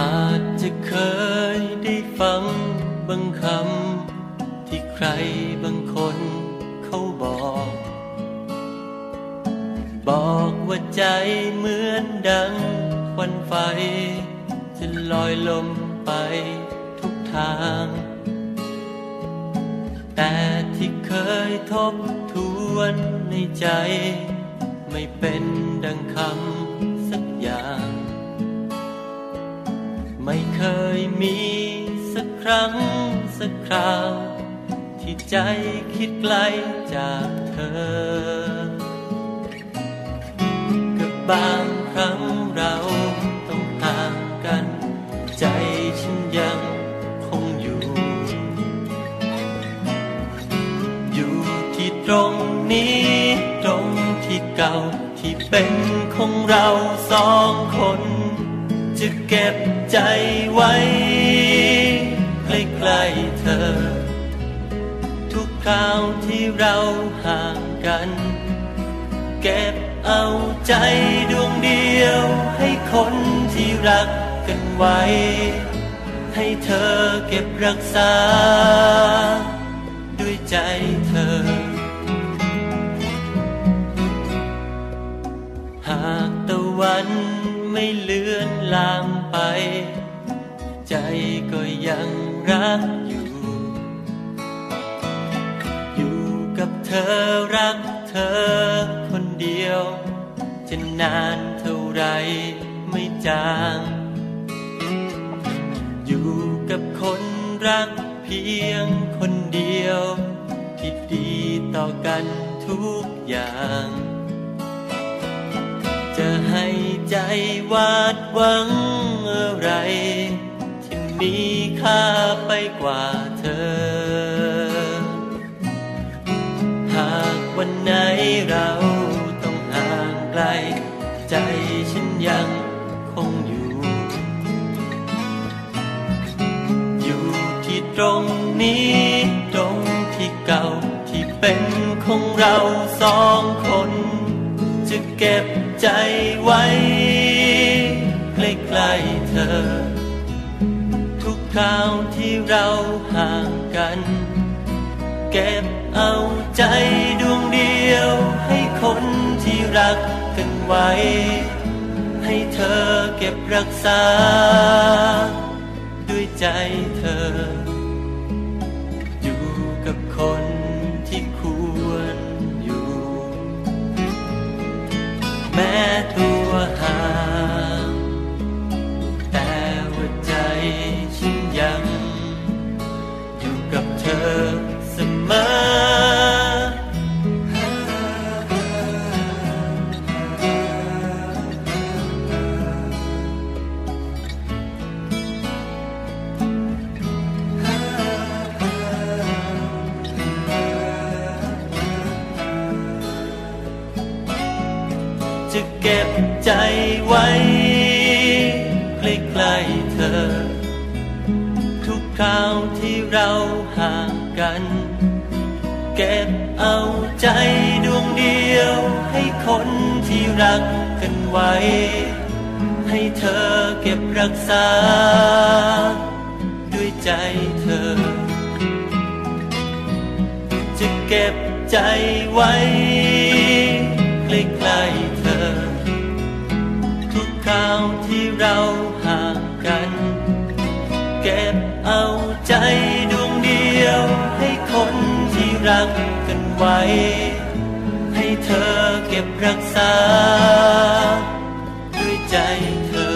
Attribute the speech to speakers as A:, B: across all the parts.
A: อาจจะเคยได้ฟังบางคำที่ใครบางคนเขาบอก บอกว่าใจเหมือนดังควันไฟ จะลอยลมไปทุกทาง แต่ที่เคยทบทวนในใจ ไม่เป็นดังคำสักอย่าง ไม่เคยมีสักครั้งสักคราว ที่ใจคิดไกลจากเธอ กับบางครั้งเราต้องห่างกัน ใจฉันยังคงอยู่ อยู่ที่ตรงนี้ตรงที่เก่าที่เป็นของเราสองคน จะเก็บใจไว้ใกล้ๆเธอ ทุกคราวที่เราห่างกัน เก็บเอาใจดวงเดียวให้คนที่รักกันไว้ ให้เธอเก็บรักษา ด้วยใจเธอ หากตะวันไม่เลือนลางไป ใจก็ยังรักอยู่ อยู่กับเธอรักเธอคนเดียว จะนานเท่าไรไม่จาง อยู่กับคนรักเพียงคนเดียว ที่ดีต่อกันทุกอย่าง จะให้ใจวาดหวังอะไร ที่มีค่าไปกว่าเธอ หากวันไหนเราต้องห่างไกล ใจฉันยังคงอยู่ อยู่ที่ตรงนี้ตรงที่เก่าที่เป็นของเราสองคน จะเก็บใจไว้ใกล้ๆเธอ ทุกคราวที่เราห่างกัน เก็บเอาใจดวงเดียวให้คนที่รักกันไว้ ให้เธอเก็บรักษา ด้วยใจเธอ อยู่กับคนที่ควรอยู่ แม้ตัวห่างแต่ว่าใจฉันยัง อยู่กับเธอเสมอ จะเก็บใจไว้ใกล้ๆเธอ ทุกคราวที่เราห่างกัน เก็บเอาใจดวงเดียวให้คนที่รักกันไว้ ให้เธอเก็บรักษา ด้วยใจเธอ จะเก็บใจไว้ใกล้ๆเธอ ทุกคราวที่เราห่างกัน เก็บเอาใจดวงเดียวให้คนที่รักกันไว้ ให้เธอเก็บรักษา ด้วยใจเธอ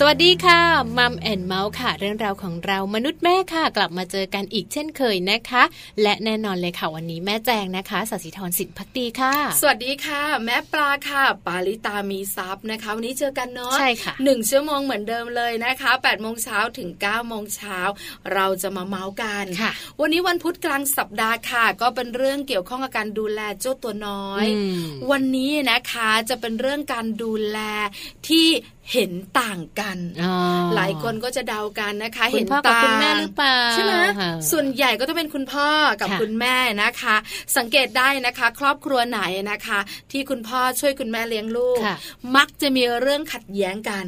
B: ส สวัสดีค่ะมัมแอนเมาส์ค่ะ เรื่องราวของเรามนุษย์แม่ค่ะ กลับมาเจอกันอีกเช่นเคยนะคะ และแน่นอนเลยค่ะวันนี้แม่แจงนะคะสัสิธรสินพักดีค่ะ
C: สวัสดีค่ะ แม่ปลาค่ะ ปาลิตามีซับนะคะ วันนี้เจอกันเนาะ
B: ใช่ค่ะ
C: หนึ่งชั่วโมงเหมือนเดิมเลยนะคะ8ปดโมงเช้าถึง9ก้าโมงเช้าเราจะมาเมาส์กัน
B: ค่ะ
C: วันนี้วันพุธกลางสัปดาห์ค่ะ ก็เป็นเรื่องเกี่ยวข้องกับการดูแลเจ้าตัวน้อย
B: อืม
C: วันนี้นะคะจะเป็นเรื่องการดูแลที่เห็นต่างกัน
B: อ๋อ
C: หลายคนก็จะเดากันนะคะ
B: คุ
C: เห็
B: ณ
C: น
B: พ่อกับ
C: ต่าง
B: คุณแม่หรือเปล่า
C: ใช่ไหม
B: ค่ะ
C: ส่วนใหญ่ก็ต้องเป็นคุณพ่อกับ
B: ค่ะ
C: คุณแม่นะคะ สังเกตได้นะคะ ครอบครัวไหนนะคะ ที่คุณพ่อช่วยคุณแม่เลี้ยงลูก
B: ค่ะ
C: มักจะมีเรื่องขัดแย้งกัน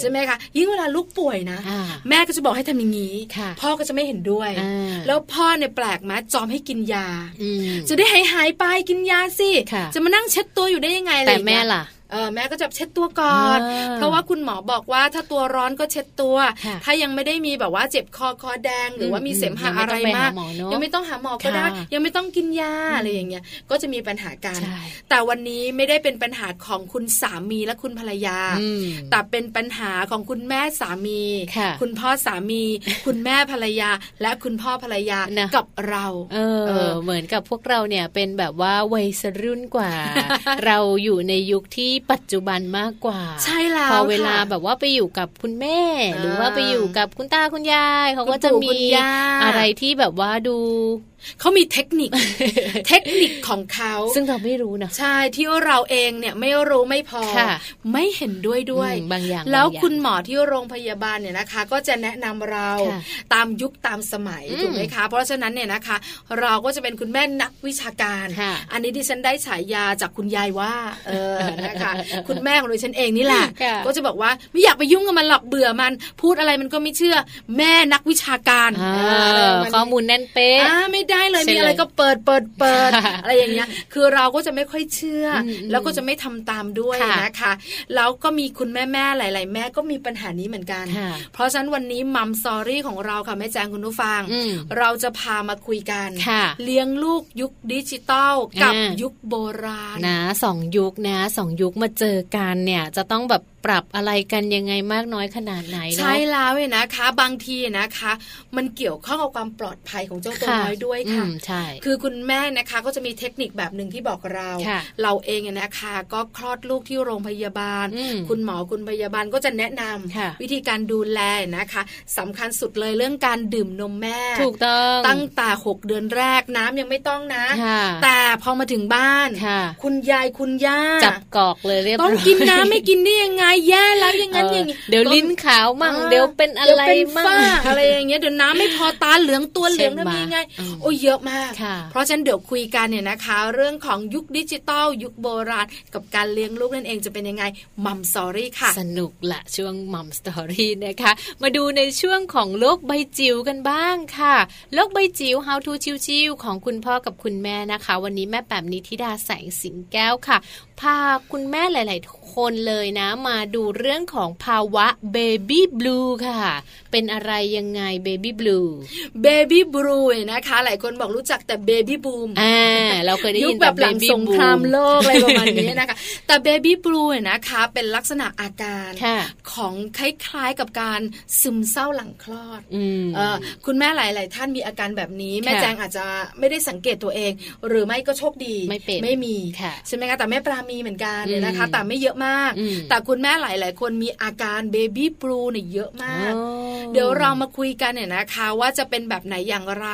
C: ใช่ไหมคะยิ่งเวลาลูกป่วยนะ
B: อ่า
C: แม่ก็จะบอกให้ทำอย่างนี้
B: ค่ะ
C: พ่อก็จะไม่เห็นด้วย
B: อ่า
C: แล้วพ่อเนี่ยแปลกไหมจอมให้กินยา
B: อืม
C: จะได้หายหายๆไปกินยาสิ
B: ค่ะ
C: จะมานั่งเช็ดตัวอยู่ได้ยังไงอะไรอ
B: แต่
C: ย่าง
B: แม่
C: เงี้ย
B: ล่ะ
C: เออแม่ก็จะเช็ดตัวก่อน
B: อ่า
C: เพราะว่าคุณหมอบอกว่าถ้าตัวร้อนก็เช็ดตัว
B: ค่ะ
C: ถ้ายังไม่ได้มีแบบว่าเจ็บคอคอแดง หรือว่ามีเสมหะ
B: อืม
C: อะไรมาก
B: ยังไม่ต้องไปหาหมอเนอะ
C: ยังไม่ต้องหาหมอก็ได้
B: ค่ะ
C: ยังไม่ต้องกินยา
B: อืม
C: อะไรอย่างเงี้ยก็จะมีปัญหากัน
B: ใช่
C: แต่วันนี้ไม่ได้เป็นปัญหาของคุณสามีและคุณภรรยา
B: อืม
C: แต่เป็นปัญหาของคุณแม่สามี
B: ค่ะ
C: คุณพ่อสามี คุณแม่ภรรยา และคุณพ่อภรรยา
B: นะ
C: กับเรา
B: เออ
C: เออ
B: เหมือนกับพวกเราเนี่ยเป็นแบบว่าวัยสรุ่นก ว่า เราอยู่ในยุคที่ปัจจุบันมากกว่า
C: ใช่แล้ว
B: พอเวลา
C: ค่ะ
B: แบบว่าไปอยู่กับคุณแม่
C: อ่า
B: หรือว่าไปอยู่กับคุณตาคุณยายเขาก็จะ
C: คุณปู่
B: มี
C: คุณย่า
B: อะไรที่แบบว่าดู
C: เขามีเทค นิค เทคนิคของเขา
B: ซึ่งเราไม่รู้นะ
C: ใช่ที่เราเองเนี่ยไม่รู้ไม่พอ
B: ค่ะ
C: ไม่เห็นด้วยด้วย
B: อืมบางอย่าง
C: แล้ว
B: บางอย่าง
C: คุณหมอที่โรงพยาบาลเนี่ยนะคะ ก็จะแนะนำเรา
B: ค่ะ
C: ตามยุคตามสมัย
B: อืม
C: ถูกไหมคะ เพราะฉะนั้นเนี่ยนะคะ เราก็จะเป็นคุณแม่นักวิชาการ
B: ค่ะ
C: อันนี้ดิฉันได้ฉายาจากคุณยายว่าเอ อนะคะ คุณแม่ของดิฉันเองนี่แหละ
B: ค่ะ
C: ก็จะบอกว่าไม่อยากไปยุ่งกับมันหรอกเบื่อมัน พูดอะไรมันก็ไม่เชื่อแม่นักวิชาการ
B: อ่า
C: เออมัน
B: ข้อมูลแน่นเป๊ะ
C: อ่าไม่ได้เลย
B: เสร็จ
C: มีอะ
B: เล
C: ไร
B: ย
C: ก็เปิดเปิดเปิด
B: ค่ะ
C: อะไรอย่างเงี้ยคือเราก็จะไม่ค่อยเชื่ออ
B: ม
C: แล้วก็จะไม่ทำตามด้วย
B: ค่ะ
C: นะคะแล้วก็มีคุณแม่แม่ๆหลาย ๆ แม่ก็มีปัญหานี้เหมือนกัน
B: ค่ะ
C: เพราะฉะนั้นวันนี้มัมซอรี่ของเราค่ะแม่แจงคุณผู้ฟัง
B: อืม
C: เราจะพามาคุยกัน
B: ค่ะ
C: เลี้ยงลูกยุคดิจิตอลกับ
B: อ่ายุ
C: ยุคโบราณ
B: นะสองยุคนะสองยุคมาเจอกันเนี่ย จะต้องแบบปรับอะไรกันยังไงมากน้อยขนาดไหนเนอะ
C: ใช่แล้วเนี่ยนะคะ บางทีนะคะ มันเกี่ยวข้องกับความปลอดภัยของเจ้าตัว
B: ค่ะ
C: น้อยด้วยค่ะ
B: อืมใช่
C: คือคุณแม่นะคะก็จะมีเทคนิคแบบหนึ่งที่บอกเรา
B: ค่ะ
C: เราเองเนี่ยนะคะ ก็คลอดลูกที่โรงพยาบาล
B: อืม
C: คุณหมอคุณพยาบาลก็จะแนะนำ
B: ค่ะ
C: วิธีการดูแลนะคะสำคัญสุดเลยเรื่องการดื่มนมแม่
B: ถูกต้อง
C: ตั้งแต่หกเดือนแรกน้ำยังไม่ต้องนะ
B: ค่ะ
C: แต่พอมาถึงบ้าน
B: ค่ะ
C: คุณยายคุณย่า
B: จับกอกเลยเรียบร้
C: ต้
B: อ
C: อง
B: ย
C: กินน้ำไม่กินได้ยังไงแย่แล้วอย่างนั้นอย่างนี้
B: เดี๋ยวลิ้นขาวมั่ง
C: อ่า
B: เดี๋ยวเป็นอะไร
C: เดี๋ยวเป็น
B: มั่ง
C: ฝ้าอะไรอย่างเงี้ยเดี๋ยวน้ำไม่พอตาเหลืองตัวเหลือง
B: ใช่
C: ทำ
B: ไหม
C: ยังไง
B: อืม
C: โอ้ยเยอะมาก
B: ค่ะ
C: เพราะฉะนันเดี๋ยวคุยกันเนี่ยนะคะ เรื่องของยุคดิจิตอลยุคโบราณ กับการเลี้ยงลูกนั่นเองจะเป็นยังไงมัมสอรี่ค่ะ
B: สนุกละช่วงมัมสตอรี่นะคะ มาดูในช่วงของโลกใบจิ๋วกันบ้างค่ะ โลกใบจิ๋ว How to ชิวๆของคุณพ่อกับคุณแม่นะคะ วันนี้แม่แปมนิธิดาแสงสิงแก้วค่ะ พาคุณแม่หลาย ๆ คนเลยนะ มาดูเรื่องของภาวะเบบี้บลูค่ะ เป็นอะไรยังไงเบบี้บลู
C: เบบี้บรูนะคะ หลายคนบอกรู้จักแต่เบบี้บูม
B: อ่าเราเคยได้
C: ยุ
B: ยิ
C: คน แบบหลัง
B: Baby
C: สงคราม
B: Boom
C: โลกอะไรประมาณนี้ นะคะ แต่เบบี้บลูเนี่ยนะคะเป็นลักษณะอาการ
B: ค่ะ
C: ของคล้ายๆกับการซึมเศร้าหลังคลอด
B: อืม
C: เอ่อคุณแม่หลาย ๆ ท่านมีอาการแบบนี้ แม่
B: ค่ะ
C: แจงอาจจะไม่ได้สังเกตตัวเอง หรือไม่ก็โชคดี
B: ไม่เป็น
C: ไม่มี
B: ค่ะ
C: ใช่ไหมคะแต่แม่ปลามีเหมือนกัน
B: อืม
C: นะคะ แต่ไม่เยอะมาก
B: อืม
C: แต่คุณแม่หลาย ๆ คนมีอาการเบบี้บลูเนี่ยเยอะมาก
B: โอ้
C: เดี๋ยวเรามาคุยกันเนี่ยนะคะ ว่าจะเป็นแบบไหนอย่างไร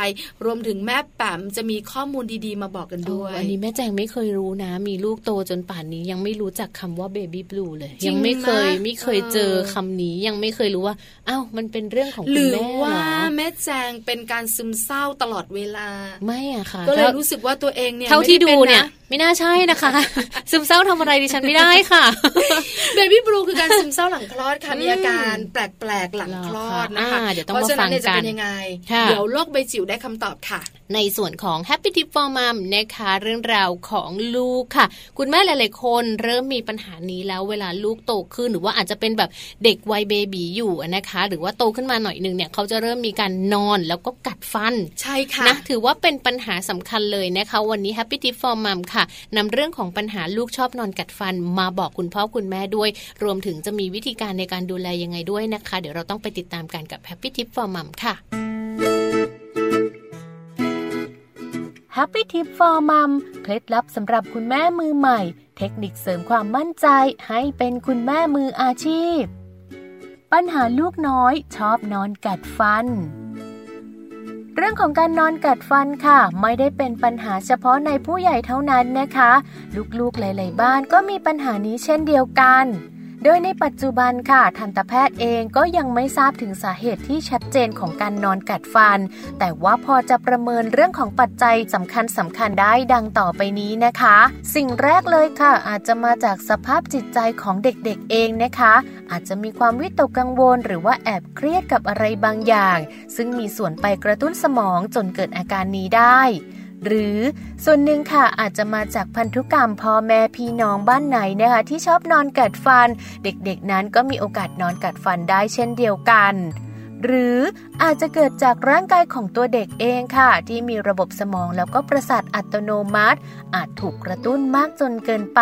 C: รวมถึงแม่แปมจะมีข้อมูลดี ๆ มาบอกกันด้วย
B: โอ้อันนี้แม่แจงไม่เคยรู้นะ มีลูกโตจนป่านนี้ยังไม่รู้จักคำว่าเบบี้บลูเลย
C: จริง
B: ยังไม่เคย
C: นะ
B: ไม่เคย
C: เออ
B: เจอคำนี้ยังไม่เคยรู้ว่าอ้าวมันเป็นเรื่องของ
C: ห
B: คุณ
C: รือ
B: แม่เหร
C: ว่า
B: อ
C: แม่แจงเป็นการซึมเศร้าตลอดเวลา
B: ไม่อะค่ะ
C: ก็เลย
B: ท่า
C: รู้สึกว่าตัวเองเนี่ย
B: เท่าที่
C: ไม่
B: ดู
C: ไป็ะ
B: เนี่ย ไม่น่าใช่นะคะ ซึมเศร้าทำอะไรดิฉันไม่ได้ค่ะ
C: เบบี้บลูคือการซึมเศร้าหลังคลอดค่ะ มีอาการแปลกๆหลัง
B: หรอ
C: คลอด ดนะคะ
B: อ่าเดี๋ยวต้อง
C: เพราะฉะนั้น
B: มาฟัง
C: เนี่ยจะเป็
B: กัน
C: นยังไง
B: ค่ะ
C: เดี๋ยวโลกใบจิ๋วได้คำตอบค่ะ
B: ในส่วนของ Happy Tip for Mom นะคะ เรื่องราวของลูกค่ะ คุณแม่หลายๆ คนเริ่มมีปัญหานี้แล้วเวลาลูกโตขึ้น หรือว่าอาจจะเป็นแบบเด็กวัยเบบีอยู่อะนะคะ หรือว่าโตขึ้นมาหน่อยหนึงเนี่ยเขาจะเริ่มมีการนอนแล้วก็กัดฟัน
C: ใช่ค่ะ
B: นะถือว่าเป็นปัญหาสำคัญเลยนะคะ วันนี้ Happy Tip for Mom ค่ะนำเรื่องของปัญหาลูกชอบนอนกัดฟัน มาบอกคุณพ่อคุณแม่ด้วย รวมถึงจะมีวิธีการในการดูแลยังไงด้วยนะคะ เดี๋ยวเราต้องไปติดตามกันกับ Happy Tip for Mom ค่ะ
D: Happy Tip for Mom เคล็ดลับสำหรับคุณแม่มือใหม่ เทคนิคเสริมความมั่นใจให้เป็นคุณแม่มืออาชีพ ปัญหาลูกน้อยชอบนอนกัดฟัน เรื่องของการนอนกัดฟันค่ะ ไม่ได้เป็นปัญหาเฉพาะในผู้ใหญ่เท่านั้นนะคะ ลูกๆหลาย ๆ บ้านก็มีปัญหานี้เช่นเดียวกัน โดยในปัจจุบันค่ะ ทันตแพทย์เองก็ยังไม่ทราบถึงสาเหตุที่ชัดเจนของการนอนกัดฟัน แต่ว่าพอจะประเมินเรื่องของปัจจัยสำคัญสำคัญได้ดังต่อไปนี้นะคะ สิ่งแรกเลยค่ะ อาจจะมาจากสภาพจิตใจของเด็กๆเองนะคะ อาจจะมีความวิตกกังวล หรือว่าแอบเครียดกับอะไรบางอย่าง ซึ่งมีส่วนไปกระตุ้นสมองจนเกิดอาการนี้ได้ หรือส่วนหนึ่งค่ะอาจจะมาจากพันธุกรรมพ่อแม่พี่น้องบ้านไหนนะคะที่ชอบนอนกัดฟัน เด็กๆนั้นก็มีโอกาสนอนกัดฟันได้เช่นเดียวกัน หรืออาจจะเกิดจากร่างกายของตัวเด็กเองค่ะ ที่มีระบบสมองแล้วก็ประสาทอัตโนมัติ อาจถูกกระตุ้นมากจนเกินไป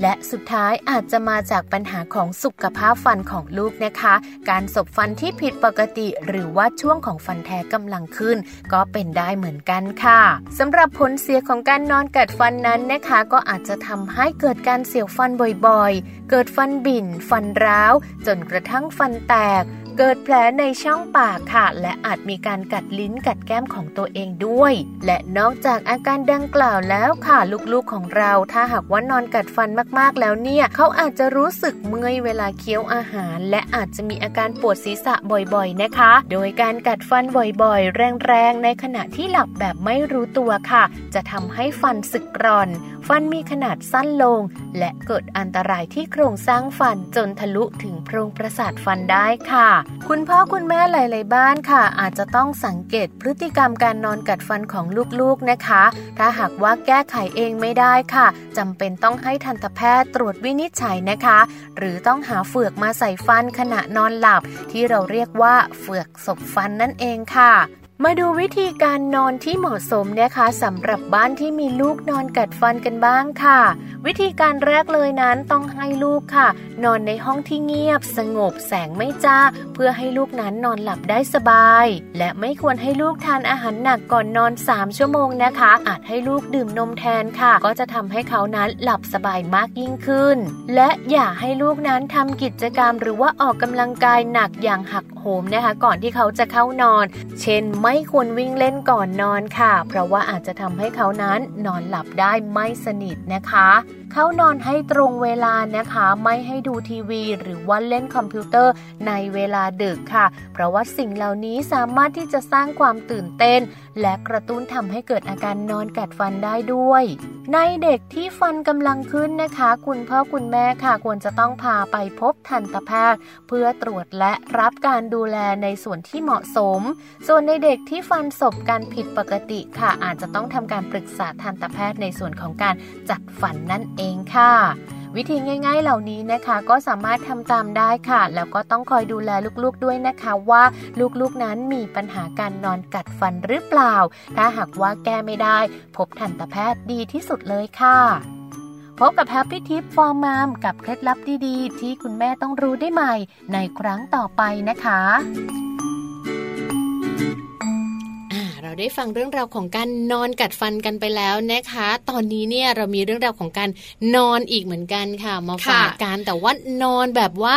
D: และสุดท้ายอาจจะมาจากปัญหาของสุขภาพฟันของลูกนะคะ การสบฟันที่ผิดปกติ หรือว่าช่วงของฟันแท้กำลังขึ้น ก็เป็นได้เหมือนกันค่ะสำหรับผลเสียของการนอนกัดฟันนั้นนะคะ ก็อาจจะทำให้เกิดการเสียวฟันบ่อยๆ เกิดฟันบิ่น ฟันร้าว จนกระทั่งฟันแตก เกิดแผลในช่องปากค่ะ และอาจมีการกัดลิ้นกัดแก้มของตัวเองด้วย และนอกจากอาการดังกล่าวแล้วค่ะ ลูกๆของเรา ถ้าหากว่านอนกัดฟันมากๆแล้วเนี่ยเขาอาจจะรู้สึกเมื่อยเวลาเคี้ยวอาหาร และอาจจะมีอาการปวดศีรษะบ่อยๆนะคะ โดยการกัดฟันบ่อยๆ แรงๆ ในขณะที่หลับแบบไม่รู้ตัวค่ะ จะทำให้ฟันสึกกร่อน ฟันมีขนาดสั้นลง และเกิดอันตรายที่โครงสร้างฟันจนทะลุถึงโพรงประสาทฟันได้ค่ะ คุณพ่อคุณแม่หลาย ๆ บ้านค่ะ อาจจะต้องสังเกตพฤติกรรมการนอนกัดฟันของลูก ๆ นะคะ ถ้าหากว่าแก้ไขเองไม่ได้ค่ะจำเป็นต้องให้ทันตแพทย์ตรวจวินิจฉัยนะคะ หรือต้องหาเฟือกมาใส่ฟันขณะนอนหลับ ที่เราเรียกว่าเฟือกศบฟันนั่นเองค่ะ มาดูวิธีการนอนที่เหมาะสมนะคะสำหรับบ้านที่มีลูกนอนกัดฟันกันบ้างค่ะ วิธีการแรกเลยนั้นต้องให้ลูกค่ะ นอนในห้องที่เงียบ สงบแสงไม่จ้า เพื่อให้ลูกนั้นนอนหลับได้สบาย และไม่ควรให้ลูกทานอาหารหนักก่อนนอน 3 ชั่วโมงนะคะ อาจให้ลูกดื่มนมแทนค่ะ ก็จะทำให้เขานั้นหลับสบายมากยิ่งขึ้น และอย่าให้ลูกนั้นทำกิจกรรม หรือว่าออกกำลังกายหนักอย่างหักโหมนะคะ ก่อนที่เขาจะเข้านอน เช่นไม่ควรวิ่งเล่นก่อนนอนค่ะ เพราะว่าอาจจะทำให้เขานั้นนอนหลับได้ไม่สนิทนะคะ เขานอนให้ตรงเวลานะคะ ไม่ให้ดูทีวี หรือว่าเล่นคอมพิวเตอร์ในเวลาดึกค่ะ เพราะว่าสิ่งเหล่านี้สามารถที่จะสร้างความตื่นเต้น และกระตุ้นทำให้เกิดอาการนอนกัดฟันได้ด้วย ในเด็กที่ฟันกำลังขึ้นนะคะ คุณพ่อคุณแม่ค่ะ ควรจะต้องพาไปพบทันตแพทย์ เพื่อตรวจและรับการดูแลในส่วนที่เหมาะสม ส่วนในเด็กที่ฟันศพกันผิดปกติค่ะ อาจจะต้องทำการปรึกษาทันตแพทย์ในส่วนของการจัดฟันนั่นเองค่ะ วิธีง่าย ๆ เหล่านี้นะคะ ก็สามารถทำตามได้ค่ะ แล้วก็ต้องคอยดูแลลูกๆด้วยนะคะว่าลูกๆนั้นมีปัญหาการนอนกัดฟันหรือเปล่า ถ้าหากว่าแก้ไม่ได้ พบทันตแพทย์ดีที่สุดเลยค่ะ พบกับ Happy Tip for Mom กับเคล็ดลับดีๆ ที่คุณแม่ต้องรู้ได้ใหม่ ในครั้งต่อไปนะคะ
B: อ่าเราได้ฟังเรื่องราวของการนอนกัดฟันกันไปแล้วนะคะ ตอนนี้เนี่ยเรามีเรื่องราวของการนอนอีกเหมือนกันค่ะ มาฝากกันแต่ว่านอนแบบว่า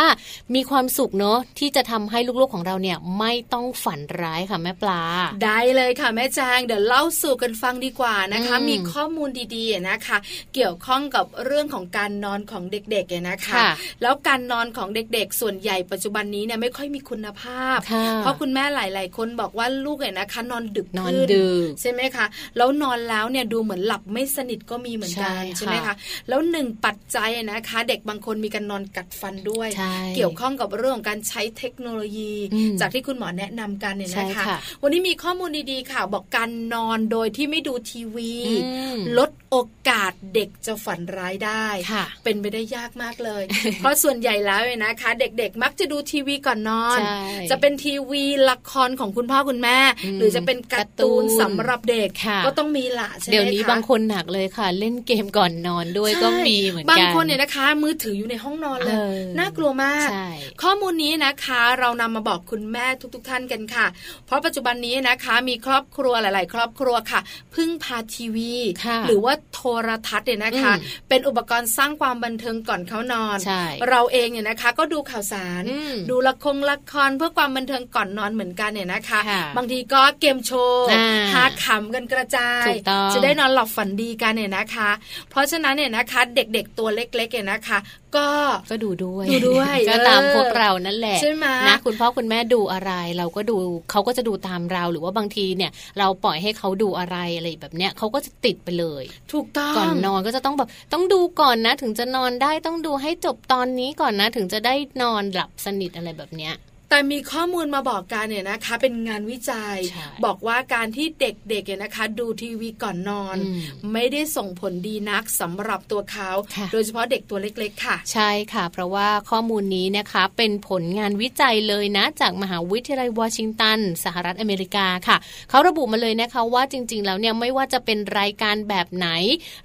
B: มีความสุขเนาะที่จะทำให้ลูกๆของเราเนี่ยไม่ต้องฝันร้ายค่ะแม่ปลา
C: ได้เลยค่ะแม่แจงเดี๋ยวเล่าสู่กันฟังดีกว่านะคะ
B: อืม
C: มีข้อมูลดีๆนะคะ เกี่ยวข้องกับเรื่องของการนอนของเด็กๆเนี่ยนะคะ
B: ค่ะ
C: แล้วการนอนของเด็กๆ ส่วนใหญ่ปัจจุบันนี้เนี่ยไม่ค่อยมีคุณภาพ
B: ค่ะ
C: เพราะคุณแม่หลาย ๆ คนบอกว่าลูกเนี่ยนะคะ นอนดึก
B: นอน อน
C: ขึ้น
B: ดึก
C: ใช่ไหมคะ แล้วนอนแล้วเนี่ยดูเหมือนหลับไม่สนิทก็มีเหมือนกัน
B: ใช่
C: ใช่ไหมคะ
B: ค่ะ
C: แล้วหนึ่งปัจจัยนะคะ เด็กบางคนมีการนอนกัดฟันด้วย
B: ใช่
C: เกี่ยวข้องกับเรื่องของการใช้เทคโนโลยี
B: อืม
C: จากที่คุณหมอแนะนำกันเนี่ยนะ
B: ใช่
C: คะ
B: ค่ะ
C: วันนี้มีข้อมูลดีๆค่ะ บอกการนอนโดยที่ไม่ดูทีวี
B: อืม
C: ลดโอกาสเด็กจะฝันร้ายได้
B: ค่ะ
C: เป็นไปได้ยากมากเลย เพราะส่วนใหญ่แล้วเนี่ยนะคะ เด็กๆ มักจะดูทีวีก่อนนอน
B: ใช่
C: จะเป็นทีวีละครของคุณพ่อคุณแม่
B: อืม
C: หรือจะเป็นการ์ตูน
B: การ์ตูน
C: สำหรับเด็ก
B: ค่ะ
C: ก็ต้องมีละใช่ไหมคะ
B: เดี๋ยวนี้บางคนหนักเลยค่ะ เล่นเกมก่อนนอนด้วยก็
C: ใช่
B: มีเหมือนกัน
C: บางคนเนี่ยนะคะ มือถืออยู่ในห้องนอนเลย
B: เออ
C: น่ากลัวมาก
B: ใช่
C: ข้อมูลนี้นะคะเรานำมาบอกคุณแม่ทุกๆท่านกันค่ะ เพราะปัจจุบันนี้นะคะมีครอบครัวหลาย ๆ ครอบครัวค่ะ พึ่งพาทีวี
B: ค่ะ
C: หรือว่าโทรทัศน์เนี่ยนะคะ
B: อืม
C: เป็นอุปกรณ์สร้างความบันเทิงก่อนเขานอน
B: ใช่
C: เราเองเนี่ยนะคะก็ดูข่าวสาร
B: อืม
C: ดูละครละครเพื่อความบันเทิงก่อนนอนเหมือนกันเนี่ยนะคะ
B: ค่ะ
C: บางทีก็เกมโชว์
B: อ่า
C: หาขำกันกระจาย
B: ถูกต้อง
C: จะได้นอนหลับฝันดีกันเนี่ยนะคะ เพราะฉะนั้นเนี่ยนะคะเด็กๆตัวเล็กๆเนี่ยนะคะ ก็
B: ก็ดูด้วย
C: ดูด้วย
B: ก็ตาม
C: เออ
B: พวกเรานั่นแหละ
C: ใช่ไหม
B: นะคุณพ่อคุณแม่ดูอะไร เราก็ดูเขาก็จะดูตามเราหรือว่าบางทีเนี่ย เราปล่อยให้เขาดูอะไรอะไรแบบเนี้ยเขาก็จะติดไปเลย
C: ถูกต้อง
B: ก่อนนอนก็จะต้องแบบต้องดูก่อนนะ ถึงจะนอนได้ต้องดูให้จบตอนนี้ก่อนนะ ถึงจะได้นอนหลับสนิทอะไรแบบเนี้ย
C: แต่มีข้อมูลมาบอกกันเนี่ยนะคะ เป็นงานวิจัย
B: ใช่
C: บอกว่าการที่เด็กๆเนี่ยนะคะ ดูทีวีก่อนนอน
B: อืม
C: ไม่ได้ส่งผลดีนักสำหรับตัวเขา
B: ค่ะ
C: โดยเฉพาะเด็กตัวเล็กๆ ค่ะ
B: ใช่ค่ะ เพราะว่าข้อมูลนี้นะคะเป็นผลงานวิจัยเลยนะ จากมหาวิทยาลัยวอชิงตัน สหรัฐอเมริกาค่ะ เขาระบุมาเลยนะคะว่าจริง ๆ แล้วเนี่ยไม่ว่าจะเป็นรายการแบบไหน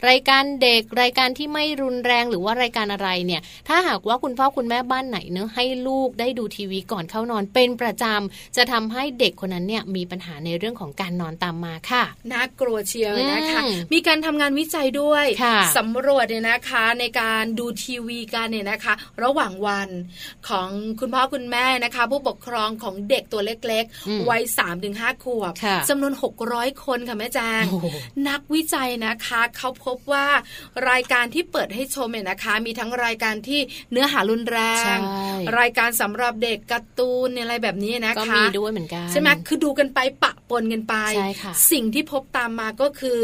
B: รายการเด็กรายการที่ไม่รุนแรงหรือว่ารายการอะไรเนี่ย ถ้าหากว่าคุณพ่อคุณแม่บ้านไหนเนื้อะให้ลูกได้ดูทีวีก่อนเข้านอนเป็นประจำจะทำให้เด็กคนนั้นเนี่ยมีปัญหาในเรื่องของการนอนตามมาค่ะ
C: น่ากลัวเชียวนะคะ
B: อืม
C: มีการทำงานวิจัยด้วย
B: ค่ะ
C: สำรวจเนี่ยนะคะในการดูทีวีกันเนี่ยนะคะ ระหว่างวันของคุณพ่อคุณแม่นะคะ ผู้ปกครองของเด็กตัวเล็ก
B: อืม
C: ๆ วัย3-5ถึงขวบ
B: ค่ะ
C: จำนวน 600 คนค่ะแม่แจง
B: โอ้โห
C: นักวิจัยนะคะเขาพบว่ารายการที่เปิดให้ชมเนี่ยนะคะ มีทั้งรายการที่เนื้อหารุนแรง
B: ใช่
C: รายการสำหรับเด็กการ์ตูนอะไรแบบนี้นะคะ
B: ก็มีด้วยเหมือนกัน
C: ใช่ไหมคือดูกันไปปะปนกันไป
B: ใช่ค่ะ
C: สิ่งที่พบตามมาก็คือ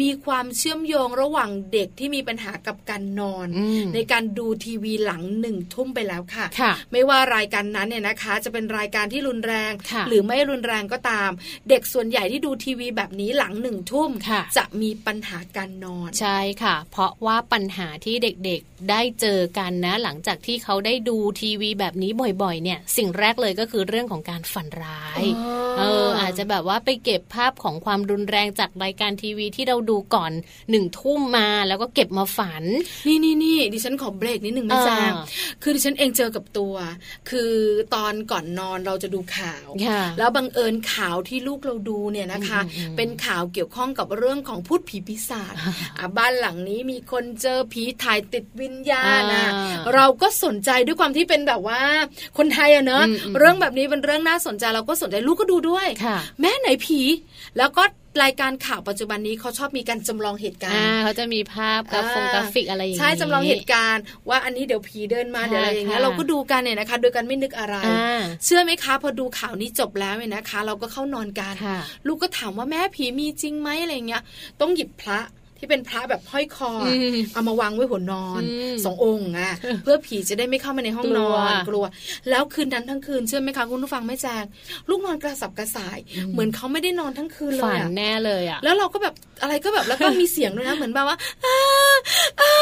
C: มีความเชื่อมโยงระหว่างเด็กที่มีปัญหากับการนอน
B: อืม
C: ในการดูทีวีหลังหนึ่งทุ่มไปแล้วค่ะ
B: ค่ะ
C: ไม่ว่ารายการนั้นเนี่ยนะคะ จะเป็นรายการที่รุนแรง
B: ค่ะ
C: หรือไม่รุนแรงก็ตาม เด็กส่วนใหญ่ที่ดูทีวีแบบนี้หลังหนึ่งทุ่ม
B: ค่ะ
C: จะมีปัญหาการนอน
B: ใช่ค่ะ เพราะว่าปัญหาที่เด็กๆได้เจอกันนะ หลังจากที่เขาได้ดูทีวีแบบนี้บ่อยๆ เนี่ย สิ่งแรกเลยก็คือเรื่องของการฝันร้าย
C: อ๋อ
B: เออ อาจจะแบบว่าไปเก็บภาพของความรุนแรงจากรายการทีวีที่เราดูก่อนหนึ่งทุ่มมาแล้วก็เก็บมาฝัน
C: นี่นี่นี่ดิฉันขอเบรกนิดหนึ่งแม่แจาง
B: อ่า
C: คือดิฉันเองเจอกับตัว คือตอนก่อนนอนเราจะดูข่าว
B: ค่ะ
C: แล้วบังเอิญข่าวที่ลูกเราดูเนี่ยนะคะ เป็นข่าวเกี่ยวข้องกับเรื่องของพูดผีปีศาจอ่ะบ้านหลังนี้มีคนเจอผีถ่ายติดวิญญาณนะ
B: อ่า
C: เราก็สนใจด้วยความที่เป็นแบบว่า คนไทยอะเนอะ
B: อืมอืม
C: เรื่องแบบนี้เป็นเรื่องน่าสนใจเราก็สนใจลูกก็ดูด้วย
B: ค่ะ
C: แม่ไหนผี แล้วก็รายการข่าวปัจจุบันนี้เขาชอบมีการจำลองเหตุการ
B: อ่า
C: ณ์
B: เขาจะมีภาพกราฟง
C: อ่
B: กราฟิกอะไรอย่างนี้
C: ใช่จำลองเหตุการณ์ว่าอันนี้เดี๋ยวผีเดินมาเดี๋ยวอะไรอย่างเงี้ย
B: อ่าค่ะ
C: เราก็ดูกันเนี่ยนะคะ โดยกันไม่นึกอะไร
B: อ่า
C: เชื่อไหมคะพอดูข่าวนี้จบแล้วเนี่ยนะคะ เราก็เข้านอนกัน
B: ค่ะ
C: ลูกก็ถามว่าแม่ผีมีจริงไหมอะไรอย่างเงี้ย ต้องหยิบพระที่เป็นพระแบบห้อยคออะ
B: ม
C: เอามาวางไว้หัวนอน
B: อืม
C: สององค์ อะเพื่อผีจะได้ไม่เข้ามาในห้องนอ
B: ก
C: น
B: ลัว
C: กลัว แล้วคืนนั้นทั้งคืนเชื่อไหมคะคุณผู้ฟังไม่แจงลูกนอนกระสับกระส่าย
B: อืม
C: เหมือนเขาไม่ได้นอนทั้งคืนเล
B: ฝั
C: ย
B: น
C: อะ
B: แน่เลยอ่ะ
C: แล้วเราก็แบบอะไรก็แบบแล้วก็มีเสียงด้วยนะ เหมือน แบบว่าอ้าอ้า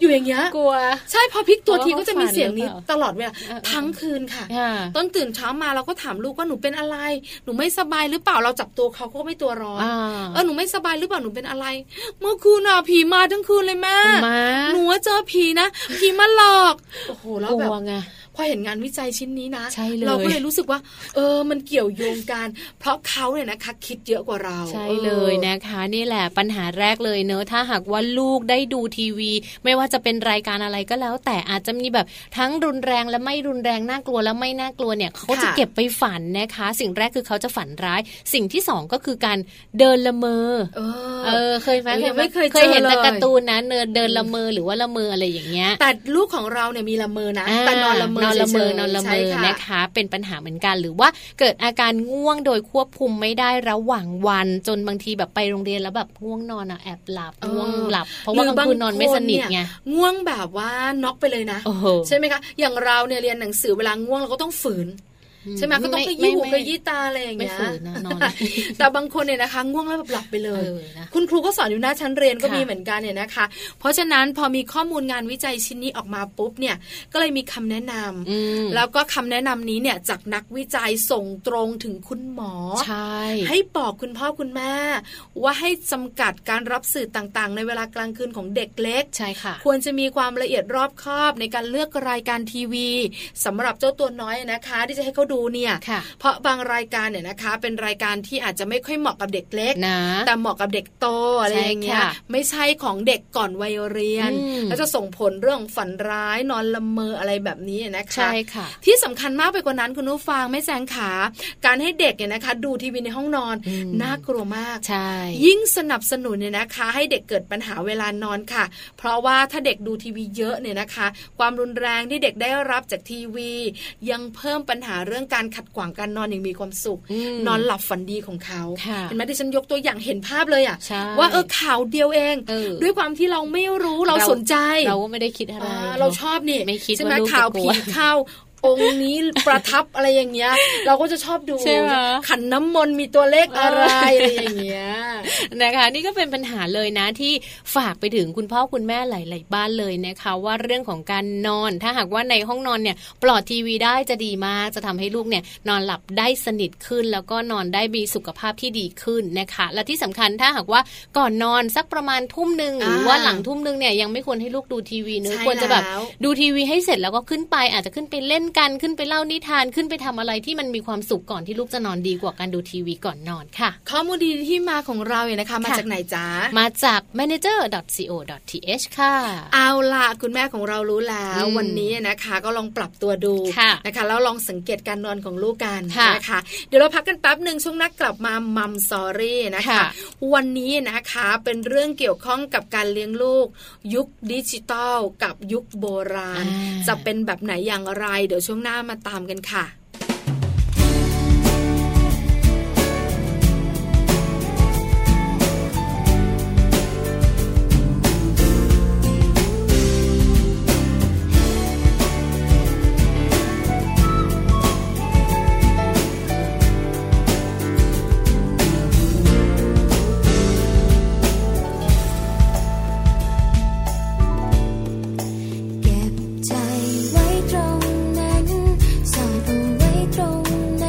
C: อยู่อย่างเงี้ย
B: กลัว
C: ใช่พอพลิกตัว
B: เพราะ
C: ทีก็จะมีเสียงนี้
B: ว่าเขาฝันหรือเปล่า
C: ตลอดเวลา
B: เออ
C: ทั้งคืนค่ะ
B: ค่ะ
C: ตอนตื่นเช้ามาเราก็ถามลูกว่าหนูเป็นอะไร หนูไม่สบายหรือเปล่าเราจับตัวเขาก็ไม่ตัวร้อน
B: อ่า
C: เออหนูไม่สบายหรือเปล่าหนูเป็นอะไร เมื่อคืนอ่ะผีมาทั้งคืนเลยแม่
B: มา
C: หนูว่าเจอผีนะผีมาหลอกโอ้โหแล้ว
B: กลั
C: แบบ
B: วไง
C: พอเห็นงานวิจัยชิ้นนี้นะ
B: ใช่เลย
C: เราก็เลยรู้สึกว่า เออ มันเกี่ยวโยงกัน เพราะเขาเนี่ยนะคะ คิดเยอะกว่าเรา
B: ใช่เลย
C: ออ
B: นะคะนี่แหละปัญหาแรกเลยเนอะถ้าหากว่าลูกได้ดูทีวี ไม่ว่าจะเป็นรายการอะไรก็แล้ว แต่อาจจะมีแบบทั้งรุนแรงและไม่รุนแรงน่ากลัวและไม่น่ากลัวเนี่ยเขาจะเก็บไปฝันนะคะ สิ่งแรกคือเขาจะฝันร้าย สิ่งที่สองก็คือการเดินละเมอ
C: เออ
B: เออเคยไหม
C: เออยัง
B: ห
C: ไม่เคยเจอ
B: เคยเห็นแต่
C: เลย
B: การ์ตูนนะเนินเดินละเมอหรือว่าละเมออะไรอย่างเงี้ย
C: แต่ลูกของเราเนี่ยมีละเมอนะ
B: อ่า
C: แต่นอนละเมอ
B: นอนละเมอ
C: เฉยๆ
B: นอนละเม
C: ใช่
B: อ
C: ค่ะ
B: นะคะ เป็นปัญหาเหมือนกันหรือว่าเกิดอาการง่วงโดยควบคุมไม่ได้ระหว่างวัน จนบางทีแบบไปโรงเรียนแล้วแบบง่วงนอนอ่ะแอบหลับง่วงหลับ เพราะว่ากลางคืนนอนไม่สนิทไง
C: ง่วงแบบว่าน็อกไปเลยนะ
B: โอ้โห
C: ใช่ไหมคะ อย่างเราเนี่ยเรียนหนังสือเวลาง่วงเราก็ต้องฝืน ใช่ไหมก็ต้องขยี้หูขยี้ตาอะไรอย่าง
B: ไม่
C: เงี้ย
B: ฝืน นะนอนเลย
C: แต่บางคนเนี่ยนะคะ ง่วงแล้วแบบหลับไปเลย
B: เออนะ
C: คุณครูก็สอนอยู่หน้าชั้นเรียนก็
B: ค่ะ
C: มีเหมือนกันเนี่ยนะคะ เพราะฉะนั้นพอมีข้อมูลงานวิจัยชิ้นนี้ออกมาปุ๊บเนี่ยก็เลยมีคำแนะนำ
B: อืม
C: แล้วก็คำแนะนำนี้เนี่ยจากนักวิจัยส่งตรงถึงคุณหมอ
B: ใช่
C: ให้บอกคุณพ่อคุณแม่ ว่าให้จำกัดการรับสื่อต่างๆ ในเวลากลางคืนของเด็กเล็ก
B: ใช่ค่ะ
C: ควรจะมีความละเอียดรอบคอบในการเลือกรายการทีวีสำหรับเจ้าตัวน้อยนะคะ ที่จะให้เขาดูเนี่ย
B: ค่ะ
C: เพราะบางรายการเนี่ยนะคะ เป็นรายการที่อาจจะไม่ค่อยเหมาะกับเด็กเล็ก
B: นะ
C: แต่เหมาะกับเด็กโตอะไร
B: ใช่
C: อย่างเงี้ย
B: ค่ะ
C: ไม่ใช่ของเด็กก่อนวัยเรียน
B: อืม
C: แล้วจะส่งผลเรื่องฝันร้ายนอนละเมออะไรแบบนี้นะคะ
B: ใช่ค่ะ
C: ที่สำคัญมากไปกว่านั้นคุณผู้ฟังไม่แซงขา การให้เด็กเนี่ยนะคะ ดูทีวีในห้องนอน
B: อืม
C: น่ากลัวมาก
B: ใช่
C: ยิ่งสนับสนุนเนี่ยนะคะ ให้เด็กเกิดปัญหาเวลานอนค่ะ เพราะว่าถ้าเด็กดูทีวีเยอะเนี่ยนะคะ ความรุนแรงที่เด็กได้รับจากทีวี ยังเพิ่มปัญหาเรื่องการขัดขวางการนอนอย่างมีความสุข
B: อืม
C: นอนหลับฝันดีของเขา
B: ค่ะ
C: เห็นไหมที่ฉันยกตัวอย่างเห็นภาพเลยอะ
B: ใช่
C: ว่าเออข่าวเดียวเอง
B: เออ
C: ด้วยความที่เราไม่รู้เรา
B: เรา
C: สนใจ
B: เราก็ไม่ได้คิดอะไร
C: อ่า
B: นะ
C: เราชอบนี่
B: ไม่คิด
C: ใช่ไหม
B: ว่าลูกจะ
C: ข่าว
B: กลั
C: ผี
B: ว
C: เข้า องค์นี้ประทับอะไรอย่างเงี้ย เราก็จะชอบดู
B: ใช่ไหม
C: ขันน้ำมนต์มีตัวเลขอะไรอะไรอย่างเงี้ย
B: นะคะนี่ก็เป็นปัญหาเลยนะที่ฝากไปถึงคุณพ่อคุณแม่หลาย ๆ บ้านเลยนะคะ ว่าเรื่องของการนอนถ้าหากว่าในห้องนอนเนี่ยปลอดทีวีได้จะดีมาก จะทำให้ลูกเนี่ยนอนหลับได้สนิทขึ้น แล้วก็นอนได้มีสุขภาพที่ดีขึ้นนะคะ และที่สำคัญถ้าหากว่าก่อนนอนสักประมาณทุ่มหนึ่งหรือว่าหลังทุ่มหนึ่งเนี่ยยังไม่ควรให้ลูกดูทีวีเนอะ
C: ใช่
B: ควรจะแบบ
C: แล้ว
B: ดูทีวีให้เสร็จแล้วก็ขึ้นไป อาจจะขึ้นไปเล่นกันขึ้นไปเล่านิทานขึ้นไปทำอะไรที่มันมีความสุขก่อนที่ลูกจะนอนดีกว่าการดูทีวีก่อนนอนค่ะ
C: ข้อมูลดีที่มาของเราเนี่ยนะคะ มาจากไหนจ๊ะ
B: มาจาก manager.co.th ค่ะ
C: เอาล่ะคุณแม่ของเรารู้แล้ว
B: อืม
C: วันนี้นะคะ ก็ลองปรับตัวดู
B: ค่ะ
C: นะคะแล้วลองสังเกตการนอนของลูกกัน
B: ค่ะ
C: นะคะเดี๋ยวเราพักกันแป๊บหนึ่งช่วงหนักกลับมามัมสอรี่นะคะ
B: ค่ะ
C: วันนี้นะคะเป็นเรื่องเกี่ยวข้องกับการเลี้ยงลูก ยุคดิจิตอลกับยุคโบราณ
B: อ่า
C: จะเป็นแบบไหนอย่างไร เดี๋ยวช่วงหน้ามาตามกันค่ะ
E: เก็บใจไว้ตรงนั้น ซ่อนเอาไว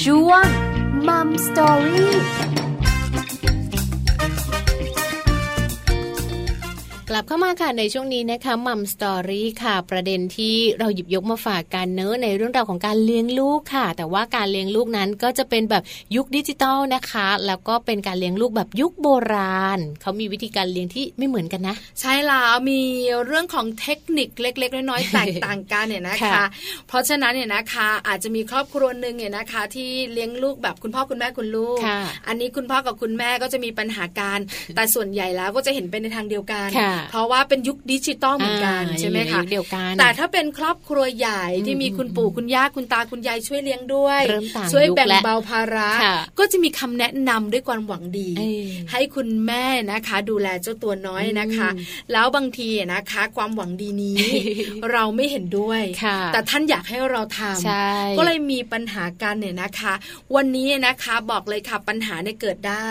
F: ช่วงมัมสตอรี่
B: กลับเข้ามาค่ะในช่วงนี้นะคะมัมสตอรี่ค่ะ ประเด็นที่เราหยิบยกมาฝากกันเนอะในเรื่องราวของการเลี้ยงลูกค่ะ แต่ว่าการเลี้ยงลูกนั้นก็จะเป็นแบบยุคดิจิตอลนะคะ แล้วก็เป็นการเลี้ยงลูกแบบยุคโบราณเขามีวิธีการเลี้ยงที่ไม่เหมือนกันนะ
C: ใช่แล้วมีเรื่องของเทคนิคเล็ก ๆ น้อยๆ แตกต่างกันเนี่ยนะคะ
B: ค่ะ
C: เพราะฉะนั้นเนี่ยนะคะอาจจะมีครอบครัวหนึ่งเนี่ยนะคะ ที่เลี้ยงลูกแบบคุณพ่อคุณแม่คุณลูก
B: ค่ะ
C: อันนี้คุณพ่อกับคุณแม่ก็จะมีปัญหาการ แต่ส่วนใหญ่แล้วก็จะเห็นเป็นในทางเดียวกัน
B: ค่ะ
C: เพราะว่าเป็นยุคดิจิตอลเหมือนกัน
B: อ่า
C: ใช่ไห
B: อ
C: ม
B: ยู่ใน
C: คะ
B: ยุคเดียวกัน
C: แต่ถ้าเป็นครอบครัวใหญ่ที่มี
B: อืม
C: คุณปู่คุณย่าคุณตาคุณยายช่วยเลี้ยงด้วย
B: เริ่มต่าง
C: ช่วย
B: ยุค
C: แบ่ง
B: แล้ว
C: เบาภาระ
B: ค่ะ
C: ก็จะมีคำแนะนำด้วยความหวังดี
B: เอ้ย
C: ให้คุณแม่นะคะ ดูแลเจ้าตัวน้อยนะคะ
B: อืม
C: แล้วบางทีนะคะ ความหวังดีนี้ เราไม่เห็นด้วย
B: ค่ะ
C: แต่ท่านอยากให้เราท
B: ใช่
C: ำก็เลยมีปัญหากันเนี่ยนะคะ วันนี้นะคะบอกเลยค่ะปัญหาเนี่ยเกิดได้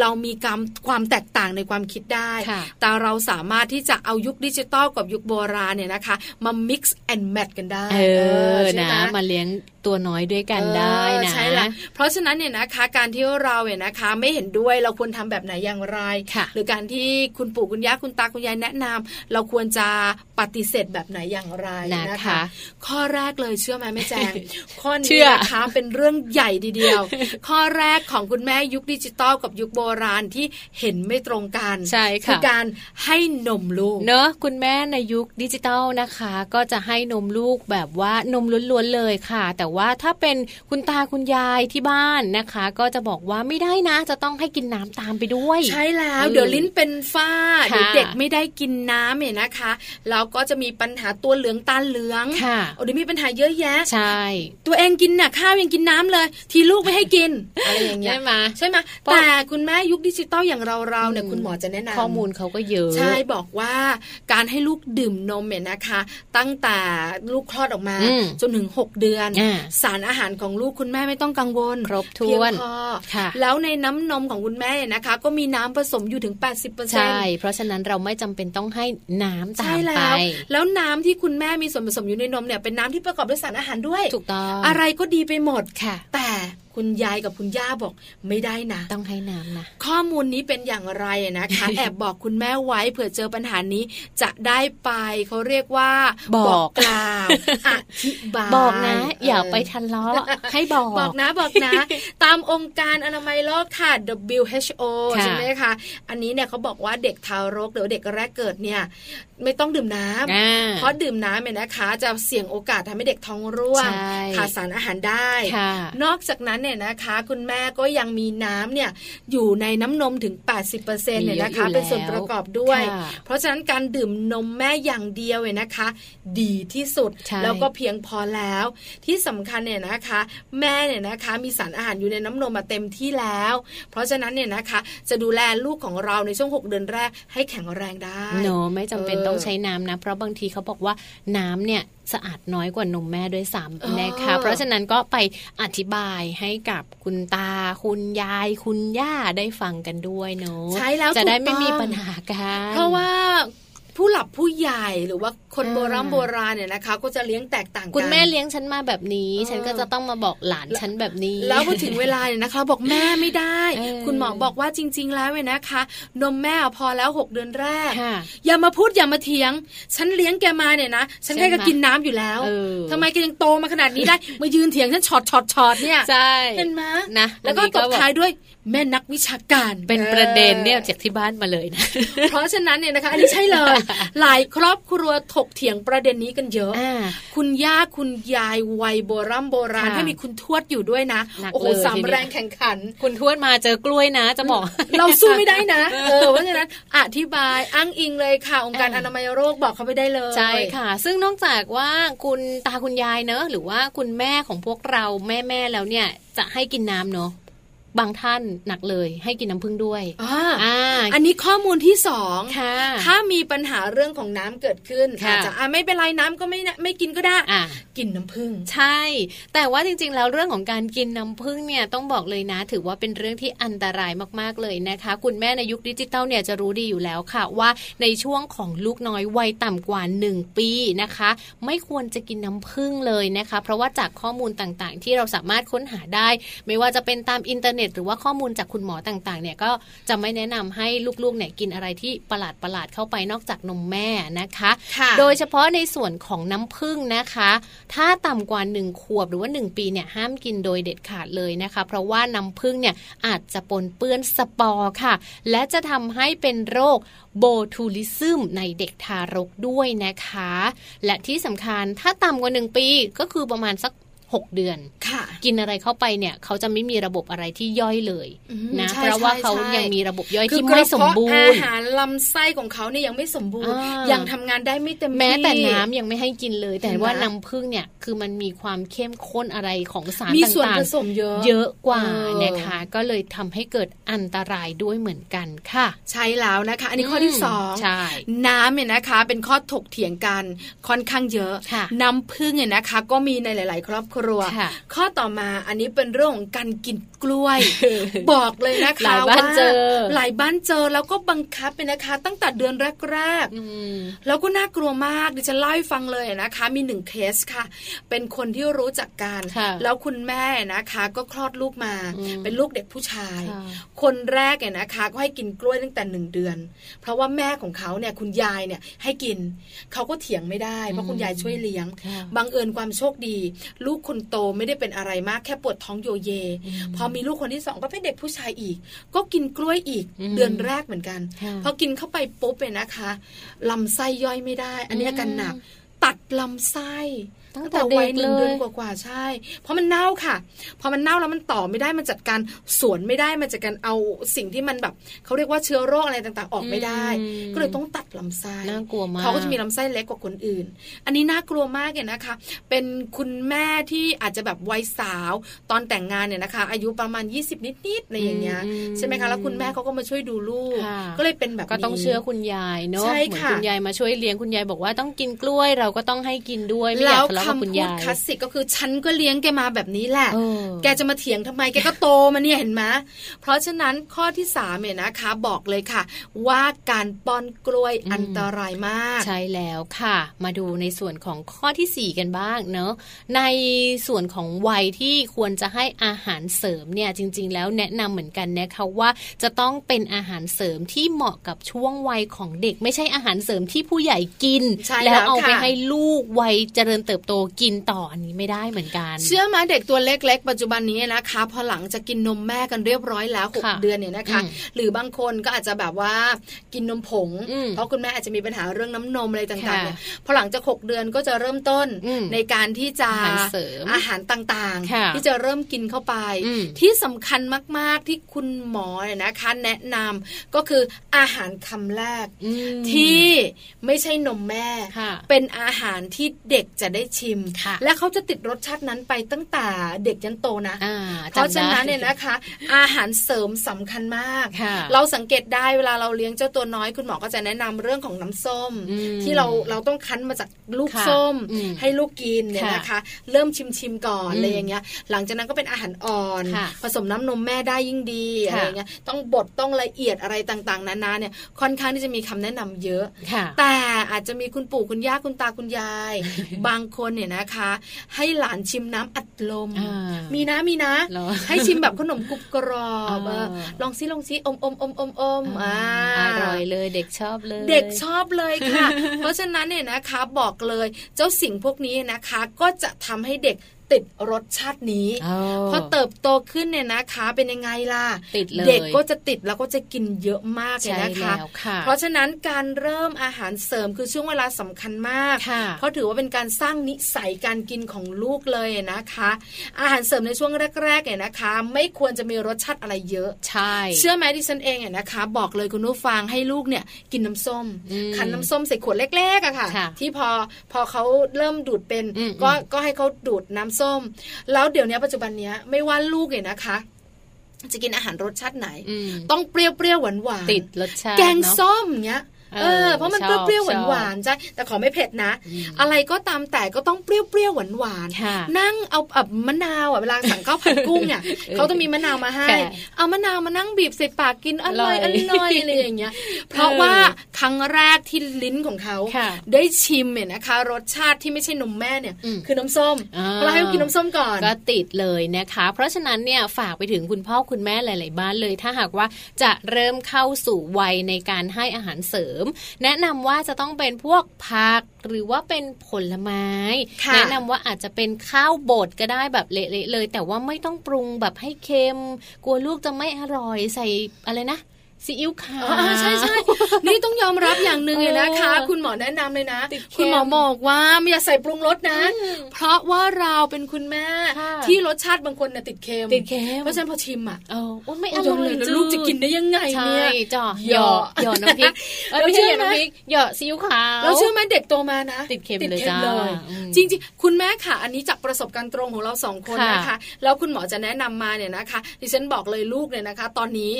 C: เรามีกรรมความแตกต่างในความคิดได้
B: ค่ะ
C: แต่เราสามารถที่จะเอายุคดิจิตอลกับยุคโบราณเนี่ยนะคะ มา mix and match กันได้
B: เออ
C: ใช่
B: นะ
C: ไหม
B: มาเลี้ยงตัวน้อยด้วยกันได้
C: เออ
B: นะ
C: ใช่ละเพราะฉะนั้นเนี่ยนะคะ การที่เราเนี่ยนะคะ ไม่เห็นด้วยเราควรทำแบบไหนอย่างไร
B: ค่ะ
C: หรือการที่คุณปู่คุณย่าคุณตาคุณยายแนะนำเราควรจะปฏิเสธแบบไหนอย่างไรนะคะ
B: นะคะ
C: ข้อแรกเลยเชื่อไหมแม่แจ ง ข้อ
B: เชื่
C: นี้
B: อ
C: นะคะเป็นเรื่องใหญ่ทีเดียว ข้อแรกของคุณแม่ยุคดิจิตอลกับยุคโบราณที่เห็นไม่ตรงกัน
B: ใช่ค่ะ
C: คือการให้นมลูก
B: เนอะคุณแม่ในยุคดิจิตอลนะคะ ก็จะให้นมลูกแบบว่านมล้วนๆเลยค่ะ แต่ว่าถ้าเป็นคุณตาคุณยายที่บ้านนะคะ ก็จะบอกว่าไม่ได้นะ จะต้องให้กินน้ำตามไปด้วย
C: ใช่แล้ว
B: เออ
C: เดี๋ยวลิ้นเป็นฝ้า
B: ค่ะ
C: เดี๋ยวเด็กไม่ได้กินน้ำเนี่ยนะคะแล้วก็จะมีปัญหาตัวเหลืองตาเหลือง
B: ค่ะ
C: โอ้เดี๋ยวมีปัญหาเยอะแยะ
B: ใช่
C: ตัวเองกินน่ะข้าวยังกินน้ำเลย ทีลูกไม่ให้กิน อะไรอย่างเงี้ย
B: ใช่ไหม
C: ใช่ไหม
B: เพราะ
C: แต่คุณแม่ยุคดิจิตอลอย่างเราเราๆเนี่ย
B: อืม
C: คุณหมอจะแนะนำ
B: ข้อมูลเขาก็เยอะ
C: ใช่บอกว่าการให้ลูกดื่มนมเนี่ยนะคะ ตั้งแต่ลูกคลอดออกมา
B: อืม
C: จนถึง 6 เดือน
B: อ่า
C: สารอาหารของลูกคุณแม่ไม่ต้องกังวล
B: ครบถ้วน
C: เพียงพอ
B: ค่ะ
C: แล้วในน้ำนมของคุณแม่นะคะ ก็มีน้ำผสมอยู่ถึง 80%
B: ใช่ เพราะฉะนั้นเราไม่จำเป็นต้องให้น้ำตา
C: ใช่
B: ม
C: แล้
B: ไป
C: ว แล้วน้ำที่คุณแม่มีส่วนผสมอยู่ในนมเนี่ยเป็นน้ำที่ประกอบด้วยสารอาหารด้วย
B: ถูกต้อง
C: อะไรก็ดีไปหมด
B: ค่ะ
C: แต่คุณยายกับคุณย่าบอกไม่ได้นะ
B: ต้องให้น้ำนะ
C: ข้อมูลนี้เป็นอย่างไร นะคะ แอบบอกคุณแม่ไว้เผื่อเจอปัญหานี้จะได้ไปเขาเรียกว่า
B: บอก
C: กล่าวอธิบาย
B: บอกนะ อย่า
C: เ
B: ไปทันล้อให้บอก
C: บอกนะบอกนะ ตามองค์การอนามัยโลกค่ะ WHO
B: ค่ะ
C: ใช่ไหมคะอันนี้เนี่ยเขาบอกว่าเด็กทารกหรือเด็กแรกเกิดเนี่ย ไม่ต้องดื่มน้ำ
B: อ่า
C: เพราะดื่มน้ำเนี่ยนะคะ จะเสี่ยงโอกาสทำให้เด็กท้องร่วง
B: ใช่
C: ขาดสารอาหารได้
B: ค่ะ
C: นอกจากนั้นเนี่ยนะคะ คุณแม่ก็ยังมีน้ำเนี่ยอยู่ในน้ำนมถึง 80%เนี่ยนะคะ
B: มีเยอะอยู่แล้ว
C: เป็นส่วนประกอบด้วย
B: ค่ะ
C: เพราะฉะนั้นการดื่มนมแม่อย่างเดียวเนี่ยนะคะ ดีที่สุด
B: ใช่
C: แล้วก็เพียงพอแล้ว ที่สำคัญเนี่ยนะคะ แม่เนี่ยนะคะมีสารอาหารอยู่ในน้ำนมมาเต็มที่แล้ว เพราะฉะนั้นเนี่ยนะคะ จะดูแลลูกของเราในช่วง 6 เดือนแรกให้แข็งแรงได้
B: เนอะไม่จำเป็น
C: เออ
B: ต้องใช้น้ำนะ เพราะบางทีเขาบอกว่าน้ำเนี่ยสะอาดน้อยกว่านมแม่ด้วยซ้
C: เออ
B: ำนะคะ เพราะฉะนั้นก็ไปอธิบายให้กับคุณตา คุณยาย คุณย่าได้ฟังกันด้วยเนอะ
C: ใช้แล้ว
B: จะได้
C: ถูก
B: ไม่
C: ต้อง
B: มีปัญหากัน
C: เพราะว่าผู้หลับผู้ใหญ่หรือว่าคน
B: อ่า
C: โบราณโบราณเนี่ยนะคะ ก็จะเลี้ยงแตกต่างกัน
B: คุณแม่เลี้ยงฉันมาแบบนี้
C: เออ
B: ฉันก็จะต้องมาบอกหลานฉันแบบนี้
C: แล้วพอถึงเวลาเนี่ยนะคะ บอกแม่ไม่ได้
B: เออ
C: คุณหมอบอกว่าจริง ๆ แล้วเนี่ยนะคะ นมแม่พอแล้วหกเดือนแรก
B: ค่ะ
C: อย่ามาพูดอย่ามาเถียง ฉันเลี้ยงแกมาเนี่ยนะ ฉัน
B: ใช่
C: แค่
B: ไหม
C: ก็กินน้ำอยู่แล้ว
B: เออ
C: ทำไมแกยังโตมาขนาดนี้ ได้ มายืนเถียงฉันช็อตช็อตช็อตเนี่ย
B: ใช่
C: เห็นไหม
B: นะ
C: แล้วก็
B: อันนี้
C: ตบ
B: แ
C: ท้ายด้วยแม่นักวิชาการ
B: เป็นประเด็นเนี่ยจากที่บ้านมาเลยนะ
C: เพราะฉะนั้นเนี่ยนะคะ อันนี้ใช่ เลย หลายครอบครัวถกเถียงประเด็นนี้กันเยอะ
B: อ่า
C: คุณย่าคุณยายวัยโบรำโบราณ
B: ค่ะ
C: ถ้ามีคุณทวดอยู่ด้วยนะ
B: หนัก
C: โอ้โห
B: เลย
C: สาม
B: ทีเดียว
C: แรงแข่งขัน
B: คุณทวดมาเจอกล้วยนะ จะบอก
C: เราสู้ไม่ได้ นะเออเพราะฉะนั้นอธิบายอ้างอิงเลยค่ะ องค์การ
B: เออ
C: อ
B: อ
C: นามัยโรคบอกเขาไปได้เลย
B: ใช่ค่ะ ซึ่งนอกจากว่าคุณตาคุณยายเนอะหรือว่าคุณแม่ของพวกเราแม่แม่ๆแล้วเนี่ยจะให้กินน้ำเนอะ บางท่านหนักเลยให้กินน้ำผึ้งด้วย
C: อ่า
B: อ่า
C: อันนี้ข้อมูลที่สอง
B: ค่ะ
C: ถ้ามีปัญหาเรื่องของน้ำเกิดขึ้น
B: ค่ะ
C: อาจจะอ่ะไม่เป็นไรน้ำก็ไม่นะไม่กินก็ได้
B: อ่า
C: กินน้ำผึ้ง
B: ใช่ แต่ว่าจริงๆ แล้วเรื่องของการกินน้ำผึ้งเนี่ยต้องบอกเลยนะ ถือว่าเป็นเรื่องที่อันตรายมากๆเลยนะคะ คุณแม่ในยุคดิจิตอลเนี่ยจะรู้ดีอยู่แล้วค่ะ ว่าในช่วงของลูกน้อยวัยต่ำกว่า 1 ปีนะคะ ไม่ควรจะกินน้ำผึ้งเลยนะคะ เพราะว่าจากข้อมูลต่างๆ ที่เราสามารถค้นหาได้ ไม่ว่าจะเป็นตามอินเทอร์เน็ต หรือว่าข้อมูลจากคุณหมอต่างๆ เนี่ยก็จะไม่แนะนำให้ลูกๆ เนี่ยกินอะไรที่ประหลาดๆเข้าไปนอกจากนมแม่นะคะ
C: ค่ะ
B: โดยเฉพาะในส่วนของน้ำผึ้งนะคะ ถ้าต่ำกว่า 1 ขวบหรือว่า 1 ปีเนี่ยห้ามกินโดยเด็ดขาดเลยนะคะ เพราะว่าน้ำผึ้งเนี่ยอาจจะปนเปื้อนสปอร์ค่ะ และจะทำให้เป็นโรคโบทูลิซึมในเด็กทารกด้วยนะคะ และที่สำคัญถ้าต่ำกว่า 1 ปีก็คือประมาณสัก 6 เดือน
C: ค่ะ
B: กินอะไรเข้าไปเนี่ยเขาจะไม่มีระบบอะไรที่ย่อยเลย
C: อืม
B: นะ
C: ใช่
B: เพราะว่า
C: ใช่
B: เขา
C: ใช่
B: ยังมีระบบย่อย
C: คือ
B: ที่ไม่สมบู
C: กะ
B: ร
C: เพาะอา
B: ณ์
C: หารลำไส้ของเขาเนี่ยยังไม่สมบูรณ์
B: อ่ายั
C: ยังทำงานได้ไม่เต็มที่
B: แม้แต่น้ำยังไม่ให้กินเลย แต่
C: เห็นไหม
B: ว่าน้ำผึ้งเนี่ยคือมันมีความเข้มข้นอะไรของสาร
C: มีส่วน
B: ต่าง
C: ผสมเยอะ
B: ๆ เยอะกว่า
C: เออ
B: นะคะก็เลยทำให้เกิดอันตรายด้วยเหมือนกันค่ะ
C: ใช่แล้วนะคะ อันนี้ข้อที่สอง
B: ใช่
C: น้ำเนี่ยนะคะ เป็นข้อถกเถียงกันค่อนข้างเยอะ
B: ค่ะ
C: น้ำผึ้งเนี่ยนะคะ ก็มีในหลาย ๆ ครอบครัว
B: ค่ะ
C: ข้อต่อมาอันนี้เป็นเรื่องของการกินกล้ วย บอกเลยนะ
B: ห
C: คะ
B: ลายบ้าน
C: ว่
B: เจอ
C: หลายบ้านเจอแล้วก็บังคับเป็นนะคะ ตั้งแต่เดือนแรก ๆ
B: อืม
C: แล้วก็น่ากลัวมากดิฉันเล่าให้ฟังเลยนะคะ มีหนึ่งเคสค่ะ เป็นคนที่รู้จักกัน
B: ค่ะ
C: แล้วคุณแม่นะคะ ก็คลอดลูกมา
B: อืม
C: เป็นลูกเด็กผู้ชาย
B: ค่ะ
C: คนแรกเนี่ยนะคะ ก็ให้กินกล้วยตั้งแต่หนึ่งเดือน เพราะว่าแม่ของเขาเนี่ยคุณยายเนี่ยให้กินเขาก็เถียงไม่ได้เพราะคุณยายช่วยเลี้ยง
B: ค่ะ
C: บังเอิญความโชคดี ลูกคนโตไม่ได้เป็นอะไรมากแค่ปวดท้องโยเย พอมีลูกคนที่สองก็เป็นเด็กผู้ชายอีก ก็กินกล้วยอีก
B: อืม
C: เดือนแรกเหมือนกัน
B: ค่ะ
C: พอกินเข้าไปปุ๊บเนี่ยนะคะลำไส้ย่อยไม่ได้ อันนี้อาการหนัก ตัดลำไส้
B: ตั้งแต่
C: วั
B: เด็ก
C: ยห
B: เล
C: นึ่งเดือย นกว่าๆใช่ เพราะมันเน่าค่ะ พอมันเน่าแล้วมันต่อไม่ได้มันจัดการสวนไม่ได้มันจัดการเอาสิ่งที่มันแบบเขาเรียกว่าเชื้อโรคอะไรต่างๆ ออกไม่ได้
B: อืม
C: ก็เลยต้องตัดลำไส้
B: น่ากลัวมาก
C: เขาก็จะมีลำไส้เล็กกว่าคนอื่น อันนี้น่ากลัวมากเลยนะคะ เป็นคุณแม่ที่อาจจะแบบวัยสาว ตอนแต่งงานเนี่ยนะคะ อายุประมาณ 20 นิดๆอะไรอย่างเงี้ย
B: อืม
C: ใช่ไหมคะ แล้วคุณแม่เขาก็มาช่วยดูลูก
B: ค่ะ
C: ก็เลยเป็นแบบนี้
B: ก็ต้องเชื่อคุณยายเนอะ
C: ใช่
B: เหมือน
C: ค่ะ
B: คุณยายมาช่วยเลี้ยงคุณยายบอกว่าต้องกินกล้วยเราก็ต้องให้กินด้วยไม่อ
C: แล้
B: ยาก
C: ว
B: ทะเลาะ
C: คำ
B: กับคุณ
C: พูด
B: ยาย
C: คลาสสิกก็คือฉันก็เลี้ยงแกมาแบบนี้แหละ
B: เออ
C: แกจะมาเถียงทำไม แกก็โตมาเนี่ยเห็นไหมเพราะฉะนั้นข้อที่สามเนี่ยนะคะ บอกเลยค่ะ ว่าการป้อนกล้วย
B: อืม
C: อันตรายมาก
B: ใช่แล้วค่ะ มาดูในส่วนของข้อทีสี่4 กันบ้างเนอะในส่วนของวัยที่ควรจะให้อาหารเสริมเนี่ยจริง ๆ แล้วแนะนำเหมือนกันนะคะว่าจะต้องเป็นอาหารเสริมที่เหมาะกับช่วงวัยของเด็ก ไม่ใช่อาหารเสริมที่ผู้ใหญ่กิน
C: ใช่แล้
B: แล้ว วเอาไป
C: ค่ะ
B: ให้ลูกวัยเจริญเติบโตกินต่ออันนี้ไม่ได้เหมือนกัน
C: เชื่อไหมาเด็กตัวเล็ก ๆ ปัจจุบันนี้นะคะ พอหลังจากกินนมแม่กันเรียบร้อยแล้วหก
B: ค่ะ
C: เดือนเนี่ยนะคะ
B: อืม
C: หรือบางคนก็อาจจะแบบว่ากินนมผง
B: อืม
C: เพราะคุณแม่อาจจะมีปัญหาเรื่องน้ำนมอะไรต่างๆ
B: ค่ะ
C: เนี่ยพอหลังจากหกเดือนก็จะเริ่มต้น
B: อืม
C: ในการที่จะ
B: อาหารเสริม
C: อาหารต่าง
B: ค่ะ
C: ๆ ที่จะเริ่มกินเข้าไป
B: อืม
C: ที่สำคัญมากๆที่คุณหมอเนี่ยนะคะ แนะนำก็คืออาหารคำแรก
B: อืม
C: ที่ไม่ใช่นมแม่
B: ค่ะ
C: เป็นอาหารที่เด็กจะได้ชิม
B: ค่ะ
C: และเขาจะติดรสชาตินั้นไปตั้งแต่เด็กยันโตนะ
B: อ่า
C: เพราะ
B: จำได้
C: ฉะนั้นเนี่ยนะคะ อาหารเสริมสำคัญมาก
B: ค่ะ
C: เราสังเกตได้เวลาเราเลี้ยงเจ้าตัวน้อยคุณหมอก็จะแนะนำเรื่องของน้ำส้ม
B: อืม
C: ที่เราเราต้องคั้นมาจากลูก
B: ค่ะ
C: ส้ม
B: อืม
C: ให้ลูกกินเนี่ย
B: ค่ะ
C: นะคะ เริ่มชิมชิมๆก่อน
B: อืม
C: อะไรอย่างเงี้ย หลังจากนั้นก็เป็นอาหารอ่อน
B: ค่ะ
C: ผสมน้ำนมแม่ได้ยิ่งดี
B: ค่ะ
C: อะไรอย่างเงี้ยต้องบดต้องละเอียดอะไรต่างๆนานาเนี่ยค่อนข้างที่จะมีคำแนะนำเยอะ
B: ค่ะ
C: แต่อาจจะมีคุณปู่คุณย่าคุณตาคุณยาย บางคนเนี่ยนะคะ ให้หลานชิมน้ำอัดลม
B: อ่า
C: มีนะมีนะ
B: เหรอ
C: ให้ชิมแบบขนมกรุบกรอบ
B: อ่า
C: เออลองซิลองซิอมอมอมอมอมอ่า
B: อร่อยเลยเด็กชอบเลย
C: เด็กชอบเลย ค่ะ เพราะฉะนั้นเนี่ยนะคะบอกเลยเจ้าสิ่งพวกนี้นะคะ ก็จะทำให้เด็กติดรสชาตินี้ พอเติบโตขึ้นเนี่ยนะคะ เป็นยังไงล่ะ
B: ติดเลย
C: กก็จะติดแล้วก็จะกินเยอะมากเลย
B: ใช่
C: นะคะ
B: แล้วค่ะ
C: เพราะฉะนั้นการเริ่มอาหารเสริมคือช่วงเวลาสำคัญมาก
B: ค่ะ
C: เพราะถือว่าเป็นการสร้างนิสัยการกินของลูกเลยนะคะ อาหารเสริมในช่วงแรกๆเนี่ยนะคะ ไม่ควรจะมีรสชาติอะไรเยอะ
B: ใช่
C: เชื่อไหมดิฉันเองเนี่ยนะคะ บอกเลยคุณผู้ฟังให้ลูกเนี่ยกินน้ำส้ม
B: ม
C: คันน้ำส้มใส่ขวดเล็กๆอะค่ะ
B: ค่ะ
C: ที่พอพอเขาเริ่มดูดเป็น
B: อืม
C: ก็ก็ให้เขาดูดน้ำส้ม แล้วเดี๋ยวเนี้ยปัจจุบันเนี้ยไม่ว่าลูกเนี่ยนะคะ จะกินอาหารรสชาติไหน
B: อืม
C: ต้องเปรี้ยวเปรี้ยวหวานหวานๆ
B: ติดรสชาติ
C: แกง
B: เนอะ
C: ส้มเงี้ย
B: เอ
C: เอ
B: อ
C: อเพราะมัน
B: ชอบ
C: เปรี้ยว
B: ชอบ
C: ๆหวานๆใช่แต่ขอไม่เผ็ดนะ
B: อืม
C: อะไรก็ตามแต่ก็ต้องเปรี้ยวเปรี้ยวหวานหวานๆ
B: ค่ะ
C: นั่งเอาแบบมะนาวอ่ะเวลาสั่งข้าวผัดกุ้งเนี่ย
B: เออ
C: เขาจะมีมะนาวมาให้
B: ค่ะ
C: เอามะนาวมานั่งบีบใส่ปากกินอร่อย
B: อ
C: อ
B: ร่อย
C: ร่อยอะไรอย่างเงี้ย เพราะว่าครั้งแรกที่ลิ้นของเขา
B: ค่ะ
C: ได้ชิมเนี่ยนะคะ รสชาติที่ไม่ใช่นมแม่เนี่ย
B: อืม
C: คือน้ำส้ม
B: อ่า
C: เพราะเราให้เขากินน้ำส้มก่อน
B: ก็ติดเลยนะคะ เพราะฉะนั้นเนี่ยฝากไปถึงคุณพ่อคุณแม่หลาย ๆ บ้านเลย ถ้าหากว่าจะเริ่มเข้าสู่วัยในการให้อาหารเสริม แนะนำว่าจะต้องเป็นพวกผักหรือว่าเป็นผลไม้
C: ค่ะ
B: แนะนำว่าอาจจะเป็นข้าวบดก็ได้แบบเละๆเลย แต่ว่าไม่ต้องปรุงแบบให้เค็ม กลัวลูกจะไม่อร่อยใส่อะไรนะซีอิ๊วขาว
C: อ่าใช่ ใช่นี่ต้องยอมรับอย่างหนึ่งเลยนะคะ
B: เออ
C: คุณหมอแนะนำเลยนะ
B: ติดเค็ม
C: คุณหมอบอกว่าไม่อย่าใส่ปรุงรสนะ เพราะว่าเราเป็นคุณแม่
B: ค่ะ
C: ที่รสชาติบางคนเนี่ยติดเค็ม
B: ติดเค็ม
C: เพราะฉะนั้นพอชิมอ่ะ
B: เออโอ้ไม่อ
C: โอ้ย
B: ร่อย
C: เลยนะ
B: จืด
C: ลูกจะกินได้ยังไง
B: ใช่
C: เนี่ย
B: จ่อห
C: ห
B: ย
C: ย
B: อ
C: อ
B: หยอน้ำพริกเอ้ย
C: แล้ว
B: ไม่ใช่หยอ
C: เชื่อไหม
B: น้ำพริกหยอซีอิ๊วขาว
C: เราเชื่อไหมเด็กโตมานะ
B: ติดเค็มเลยจ้าอืม
C: จริงๆ คุณแม่ค่ะ อันนี้จากประสบการณ์ตรงของเราสองคน
B: ค่ะ
C: นะคะ แล้วคุณหมอจะแนะนำมาเนี่ยนะคะ ดิฉันบอกเลยลูกเนี่ยนะคะ ตอนนี้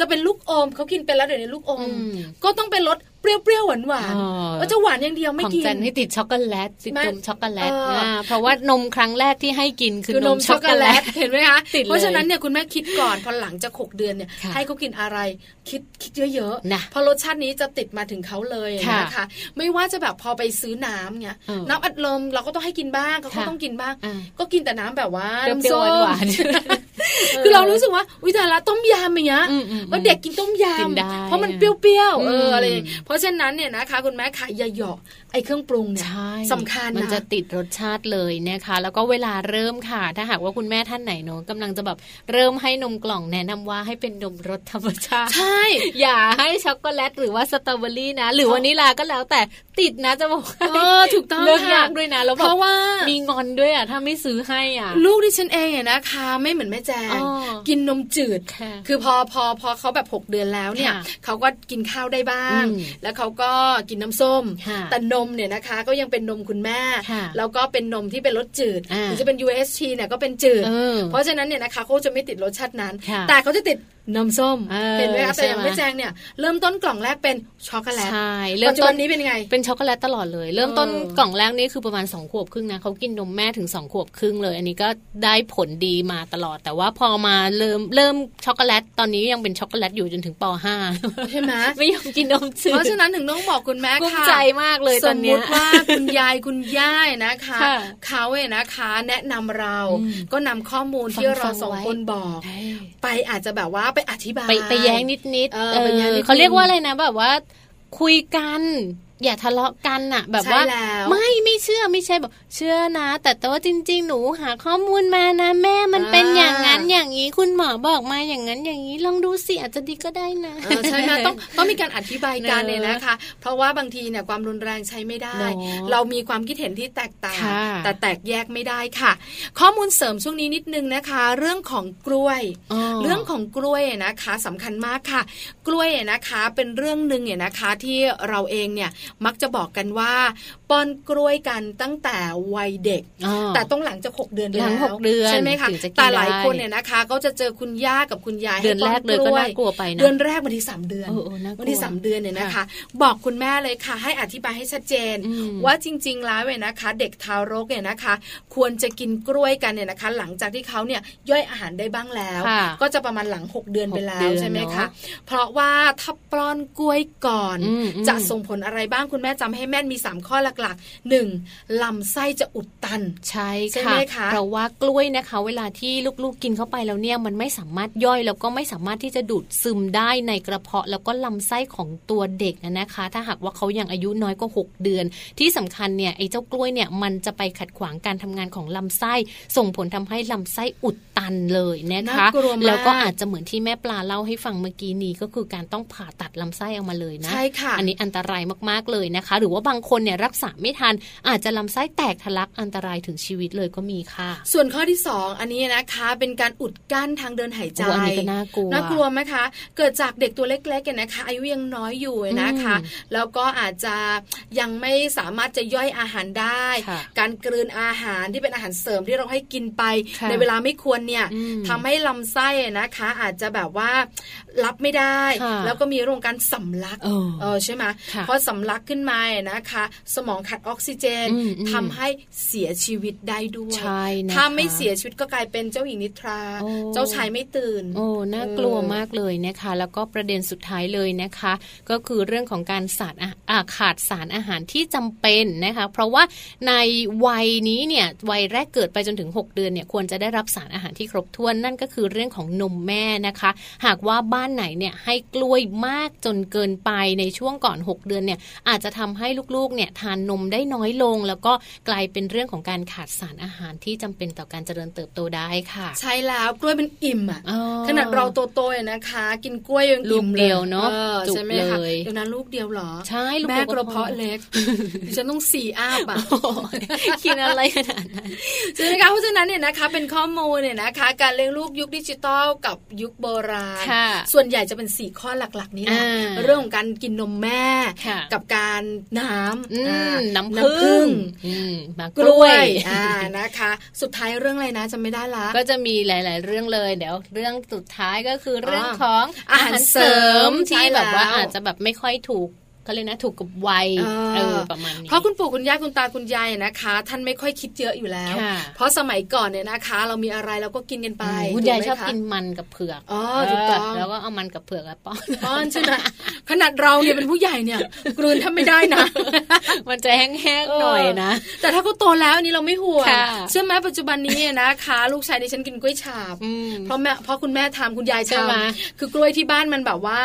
C: จะเป็นลูกอมเขากินเป็นแล้วเดี๋ยวนี้ลูกอม
B: อืม
C: ก็ต้องเป็นรสเปรี้ยวๆหวานหวาน
B: อ๋อ
C: ๆว่าจะหวานอย่างเดียวไม่
B: ของ
C: กิน
B: จันให้ติดช็อกโกแลตติด
C: ไม่
B: นมช็อกโกแลต
C: เอออ่
B: าเพราะว่านมครั้งแรกที่ให้กินคือ
C: คือน
B: น
C: ม
B: ม
C: ช็
B: ช็
C: อ
B: อก ก
C: โก
B: โก
C: แล
B: แล
C: ต
B: ต
C: เห็นไหมคะ
B: ติดเลย
C: เพราะฉะนั้นเนี่ยคุณแม่คิดก่อนพอหลังจากหกเดือนเนี่ย
B: ค่ะ
C: ให้เขากินอะไรคิดคิดเยอะ
B: นะ
C: เพอรสชาตินี้จะติดมาถึงเขาเลย
B: ค่ะ
C: นะคะไม่ว่าจะแบบพอไปซื้อน้ำเนี่ย
B: เออ
C: น้ำอัดลมเราก็ต้องให้กินบ้างเขาก็
B: ค่ะ
C: ต้องกินบ้าง
B: อ่า
C: ก็กินแต่น้ำแบบว่า
B: เปรี้ยว
C: น้ำส้ม
B: ๆหวาน
C: คือเรารู้สึกว่าอุ้ยแต่ละต้มยำอย่างเงี้ย
B: อืมอืมอืม
C: ว่าเด็กกินต้มย
B: กินได้
C: ำเพราะมันเปรี้ยวๆเอออะไร
B: อืม
C: เพราะฉะนั้นเนี่ยนะคะ คุณแม่ค่ะอย่าเหยาะไอ้เครื่องปรุงเนี่ย
B: ใช่
C: สำคัญนะ
B: มันจะติดรสชาติเลยนะคะ แล้วก็เวลาเริ่มค่ะ ถ้าหากว่าคุณแม่ท่านไหนเนอะกำลังจะแบบเริ่มให้นมกล่องแนะนำว่าให้เป็นนมรสธรรมชาติ
C: ใช่
B: อย่าให้ช็อกโกแลตหรือว่าสตรอเบอรี่นะ หรือวานิลาก็แล้วแต่ติดนะจะบอกให้
C: เออถูกต้อง
B: เลิก
C: ค่ะ
B: ยากด้วยนะแล้ว
C: เพราะว่า
B: มีงอนด้วยอ่ะถ้าไม่ซื้อให้อ่ะ
C: ลูกดิฉันเองเนี่ยนะคะ ไม่เหมือนแม่แจ
B: อ๋อ
C: งกินนมจืด
B: ค่ะ
C: คือพอพอพอเขาแบบหกเดือนแล้วเนี่ย
B: ค่ะ
C: เขาก็กินข้าวได้บ้าง
B: อืม
C: แล้วเขาก็กินน้ำส้ม
B: ค่ะ
C: แต่นมเนี่ยนะคะ ก็ยังเป็นนมคุณแม่
B: ค่ะ
C: แล้วก็เป็นนมที่เป็นรสจืด
B: อ่า
C: หรือจะเป็น UHT เนี่ยก็เป็นจืด
B: เออ
C: เพราะฉะนั้นเนี่ยนะคะเขาจะไม่ติดรสชาตินั้น
B: ค่ะ
C: แต่เขาจะติดนมส้ม
B: เออ
C: เห็นไหมคะแต่อย่าง
B: ใช่ไหม
C: แม่แจงเนี่ยเริ่มต้นกล่องแรกเป็นช็อกโกแลต
B: ใช่
C: ปัจจุ
B: ต้
C: บันนี้เป็นยังไง
B: เป็นช็อกโกแลตตลอดเลย เริ่มต้น
C: เออก
B: ล่องแรกนี่คือประมาณ2ขวบครึ่งนะเขากินนมแม่ถึง2ขวบครึ่งเลย อันนี้ก็ได้ผลดีมาตลอด แต่ว่าพอมาเริ่มเริ่มช็อกโกแลตตอนนี้ยังเป็นช็อกโกแลตอยู่จนถึงป .5
C: ใช่ไหม
B: ไม่ยอมกินนมจืด
C: เพราะฉะนั้นถึงต้องบอกคุณแม่
B: กุ้ม
C: ค่ะ
B: ใจมากเลยต
C: ส
B: อน
C: ม
B: เนี้
C: มุ
B: ย
C: ติว่าคุณยายคุณย่าเนี่ยนะคะ
B: ค่ะ
C: เขาเนี่ยนะคะ แนะนำเรา
B: อืม
C: ก็นำข้อมูล
B: ฟัง
C: ที่เรา
B: ฟัง
C: สอง
B: ไว้
C: คนบอก ไปอาจจะแบบว่าไปอธิบาย
B: ไปไปแย้งนิดนิดๆ
C: เออ
B: เออ
C: ไปแย้งนิดๆ
B: เขาเรียกว่าอะไรนะแบบว่า คุยกัน อย่าทะเลาะกันน่ะ แบบว่า
C: ใช่แล้ว
B: ไม่ไม่เชื่อไม่ใช่บอกเชื่อนะ แต่แต่ว่าจริง ๆ หนูหาข้อมูลมานะแม่มัน
C: อ่า
B: เป็นอย่างนั้นอย่างนี้คุณหมอบอกมาอย่างนั้นอย่างนี้ลองดูสิอาจจะดีก็ได้นะ
C: เออใช่ ไหมต้องต้องมีการอธิบายกัน
B: เนอะ
C: เนี่ยนะคะ เพราะว่าบางทีเนี่ยความรุนแรงใช้ไม่ได้
B: เนอะ
C: เรามีความคิดเห็นที่แตกต่าง
B: ค่ะ
C: แต่แตกแยกไม่ได้ค่ะ ข้อมูลเสริมช่วงนี้นิดนึงนะคะ เรื่องของกล้วย
B: า
C: เรื่องของกล้วยนะคะสำคัญมากค่ะ กล้วยนะคะเป็นเรื่องหนึ่งเนี่ยนะคะที่เราเองเนี่ยมักจะบอกกันว่าป้อนกล้วยกันตั้งแต่วัยเด็ก
B: อ่า
C: แต่ต้องหลังจากหกเดือน
B: หลัง
C: แว
B: หกเดือน
C: ใช่ไหมคะ
B: ถึงจะกิน
C: แต่หลายคน
B: ได้
C: เนี่ยนะคะก็จะเจอคุณย่ากับคุณยาย
B: เดือนแรกเลยก็น่ากลัวไปนะ
C: เดือนแรกวันที่สามเดือน
B: เออเออน่ากลัว
C: วันที่สามเดือนเนี่ยนะคะ
B: ค่ะ
C: บอกคุณแม่เลยค่ะ ให้อธิบายให้ชัดเจน
B: อืม
C: ว่าจริง ๆ แล้วเนี่ยนะคะ เด็กทารกเนี่ยนะคะ ควรจะกินกล้วยกันเนี่ยนะคะ หลังจากที่เขาเนี่ยย่อยอาหารได้บ้างแล้ว
B: ค่ะ
C: ก็จะประมาณหลัง 6 เดือนไป
B: ห
C: แล้
B: กเดื
C: ว
B: อน
C: ใช่ไหม
B: เนอะ
C: คะเพราะว่าถ้าป้อนกล้วยก่อน
B: อืมอืม
C: จะส่งผลอะไรบ้างคุณแม่จำให้แม่นมี 3 ข้อหลักๆ 1. ลำไส้จะอุดตัน
B: ใช่
C: ใช่
B: ค่ะ
C: ไหมคะ
B: เพราะว่ากล้วยนะคะ เวลาที่ลูกๆกินเข้าไปแล้วเนี่ยมันไม่สามารถย่อยแล้วก็ไม่สามารถที่จะดูดซึมได้ในกระเพาะแล้วก็ลำไส้ของตัวเด็กอะนะคะ ถ้าหากว่าเขายังอายุน้อยกว่า6เดือน ที่สำคัญเนี่ยไอ้เจ้ากล้วยเนี่ยมันจะไปขัดขวางการทำงานของลำไส้ ส่งผลทำให้ลำไส้อุดตันเลยนะคะ
C: น่ากลัวมาก
B: แล้วก็อาจจะเหมือนที่แม่ปลาเล่าให้ฟังเมื่อกี้นี้ก็คือการต้องผ่าตัดลำไส้ออกมาเลยนะ
C: ใช่ค่ะ
B: อันนี้อันตรายมาก ๆ เลยนะคะ หรือว่าบางคนเนี่ยรักษาไม่ทัน อาจจะลำไส้แตกทะลักอันตรายถึงชีวิตเลยก็มีค่ะ
C: ส่วนข้อที่ 2 อันนี้นะคะเป็นการอุด กั้นทางเดินหายใจ
B: โอ้อันนี้ก็น่ากลัว
C: น่ากลัวไหมคะ เกิดจากเด็กตัวเล็กๆกันยนะคะ อายุยังน้อยอยู่นะคะ
B: อืม
C: แล้วก็อาจจะยังไม่สามารถจะย่อยอาหารได้
B: ค่ะ
C: การกลืนอาหารที่เป็นอาหารเสริมที่เราให้กินไป
B: ค่ะ
C: ในเวลาไม่ควรเนี่ย
B: อืม
C: ทำให้ลำไส้นะคะ อาจจะแบบว่ารับไม่ได้
B: ค่ะ
C: แล้วก็มีโรองการสำลัก
B: เออ
C: เออใช่ไหม
B: ค่ะ
C: พอสำลักขึ้นมาเนี่ยนะคะ สมองขาดออกซิเจน
B: อืมอืม
C: ทำให้เสียชีวิตได้ด้วย
B: ใช่นะคะ
C: ถ้าไม่เสียชีวิตก็กลายเป็นเจ้าหญิงนิทรา
B: โอ้
C: เจ้าชายไม่ตื่น
B: โอ้ น่ากลัวมากเลยนะคะ แล้วก็ประเด็นสุดท้ายเลยนะคะ ก็คือเรื่องของการสารอาอ่าขาดสารอาหารที่จำเป็นนะคะ เพราะว่าในวัยนี้เนี่ยวัยแรกเกิดไปจนถึง 6 เดือนเนี่ยควรจะได้รับสารอาหารที่ครบถ้วนนั่นก็คือเรื่องของนมแม่นะคะ หากว่าบ้านไหนเนี่ยให้กล้วยมากจนเกินไปในช่วงก่อน 6 เดือนเนี่ยอาจจะทำให้ลูกๆเนี่ยทานนมได้น้อยลง แล้วก็กลายเป็นเรื่องของการขาดสารอาหารที่จำเป็นต่อการเจริญเติบโตได้ค่ะ
C: ใช่แล้วกล้วยมันอิ่มอ่ะ
B: อ๋อ
C: ขนาดเราโตๆอะนะคะ กินกล้วยยัง
B: ลู
C: อิ่
B: ก
C: มล
B: เดียวเนอะ
C: ออ
B: จุก
C: ใช่ไหมคะ
B: เลย
C: เดี๋ยวนั้นลูกเดียวเหรอ
B: ใช่ลูกเดี
C: แม่
B: ยวก็
C: กระเพาะ
B: พอ
C: เล็กดิฉันต้องสี่อาบอ่ะ
B: โอ้ยกินอะไรขนาดนั้น
C: ใช่ไหมคะเพราะฉะนั้นเนี่ยนะคะเป็นข้อมูลเนี่ยนะคะ การเลี้ยงลูกยุคดิจิตอลกับยุคโบราณ
B: ค่ะ
C: ส่วนใหญ่จะเป็นสี่ข้อหลักๆ นี้นะ
B: อ่า
C: เรื่องของการกินนมแม่
B: ค่ะ
C: กับการน้ำ
B: อื
C: อ่าม
B: น้ำผึ้
C: ผึ้
B: ง
C: ง
B: อืมมาก
C: ก
B: ล้
C: ล้ว วย ยอ่านะคะ สุดท้ายเรื่องอะไรนะจำไม่ได้ละ
B: ก็จะมีหลาย ๆ เรื่องเลย เดี๋ยวเรื่องสุดท้ายก็คือเรื่อง
C: อ๋อ
B: ของ
C: อาหารเสริมใช่
B: ที่แบบว่า
C: แล้ว
B: อาจจะแบบไม่ค่อยถูกก็เลยกนะถูกกับวัย
C: เออ
B: เออประมาณนี้
C: เพราะคุณปู่คุณย่าคุณตาคุณยายนะคะ ท่านไม่ค่อยคิดเยอะอยู่แล้ว
B: ค่ะ
C: เพราะสมัยก่อนเนี่ยนะคะ เรามีอะไรเราก็กินกันไป
B: อืมคุณยายชอบกิน
C: ถูไหมคะ
B: มันกับเผือก
C: อ๋อถูกต้อง
B: เแล้วก็เอามันกับเผือกอะป้อน
C: ป้อนใช่ไหมขนาดเราเนี่ยเป็นผู้ใหญ่ เนี่ยกลืนแทบไม่ได้นะ
B: มันจะแห้ง ๆ หน่อยนะ
C: แต่ถ้าเขาโตแล้วอันนี้เราไม่ห่วง
B: ค่ะ
C: เชื่อไหมปัจจุบันนี้นะคะ ลูกชายดิฉันกินกล้วยฉาบ
B: อืม
C: เพราะแม่เพราะคุณแม่ทำคุณยาย
B: ใช่ไหม
C: ทำคือกล้วยที่บ้านมันแบบว่า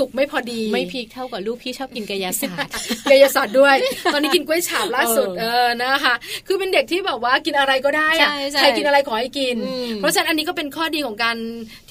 C: สุกไม่พอดี
B: ไม่พีคเท่ากับลูกพี่ชอบกินกายศาสตร์
C: กายศาสตร์ด้วย ตอนนี้กินกล้วยฉาบล่าสุด
B: เออ
C: เออนะคะ คือเป็นเด็กที่แบบว่ากินอะไรก็ได้อะ
B: ใช่ใช่
C: ใครกินอะไรขอให้กิน
B: อืม
C: เพราะฉะนั้นอันนี้ก็เป็นข้อดีของการ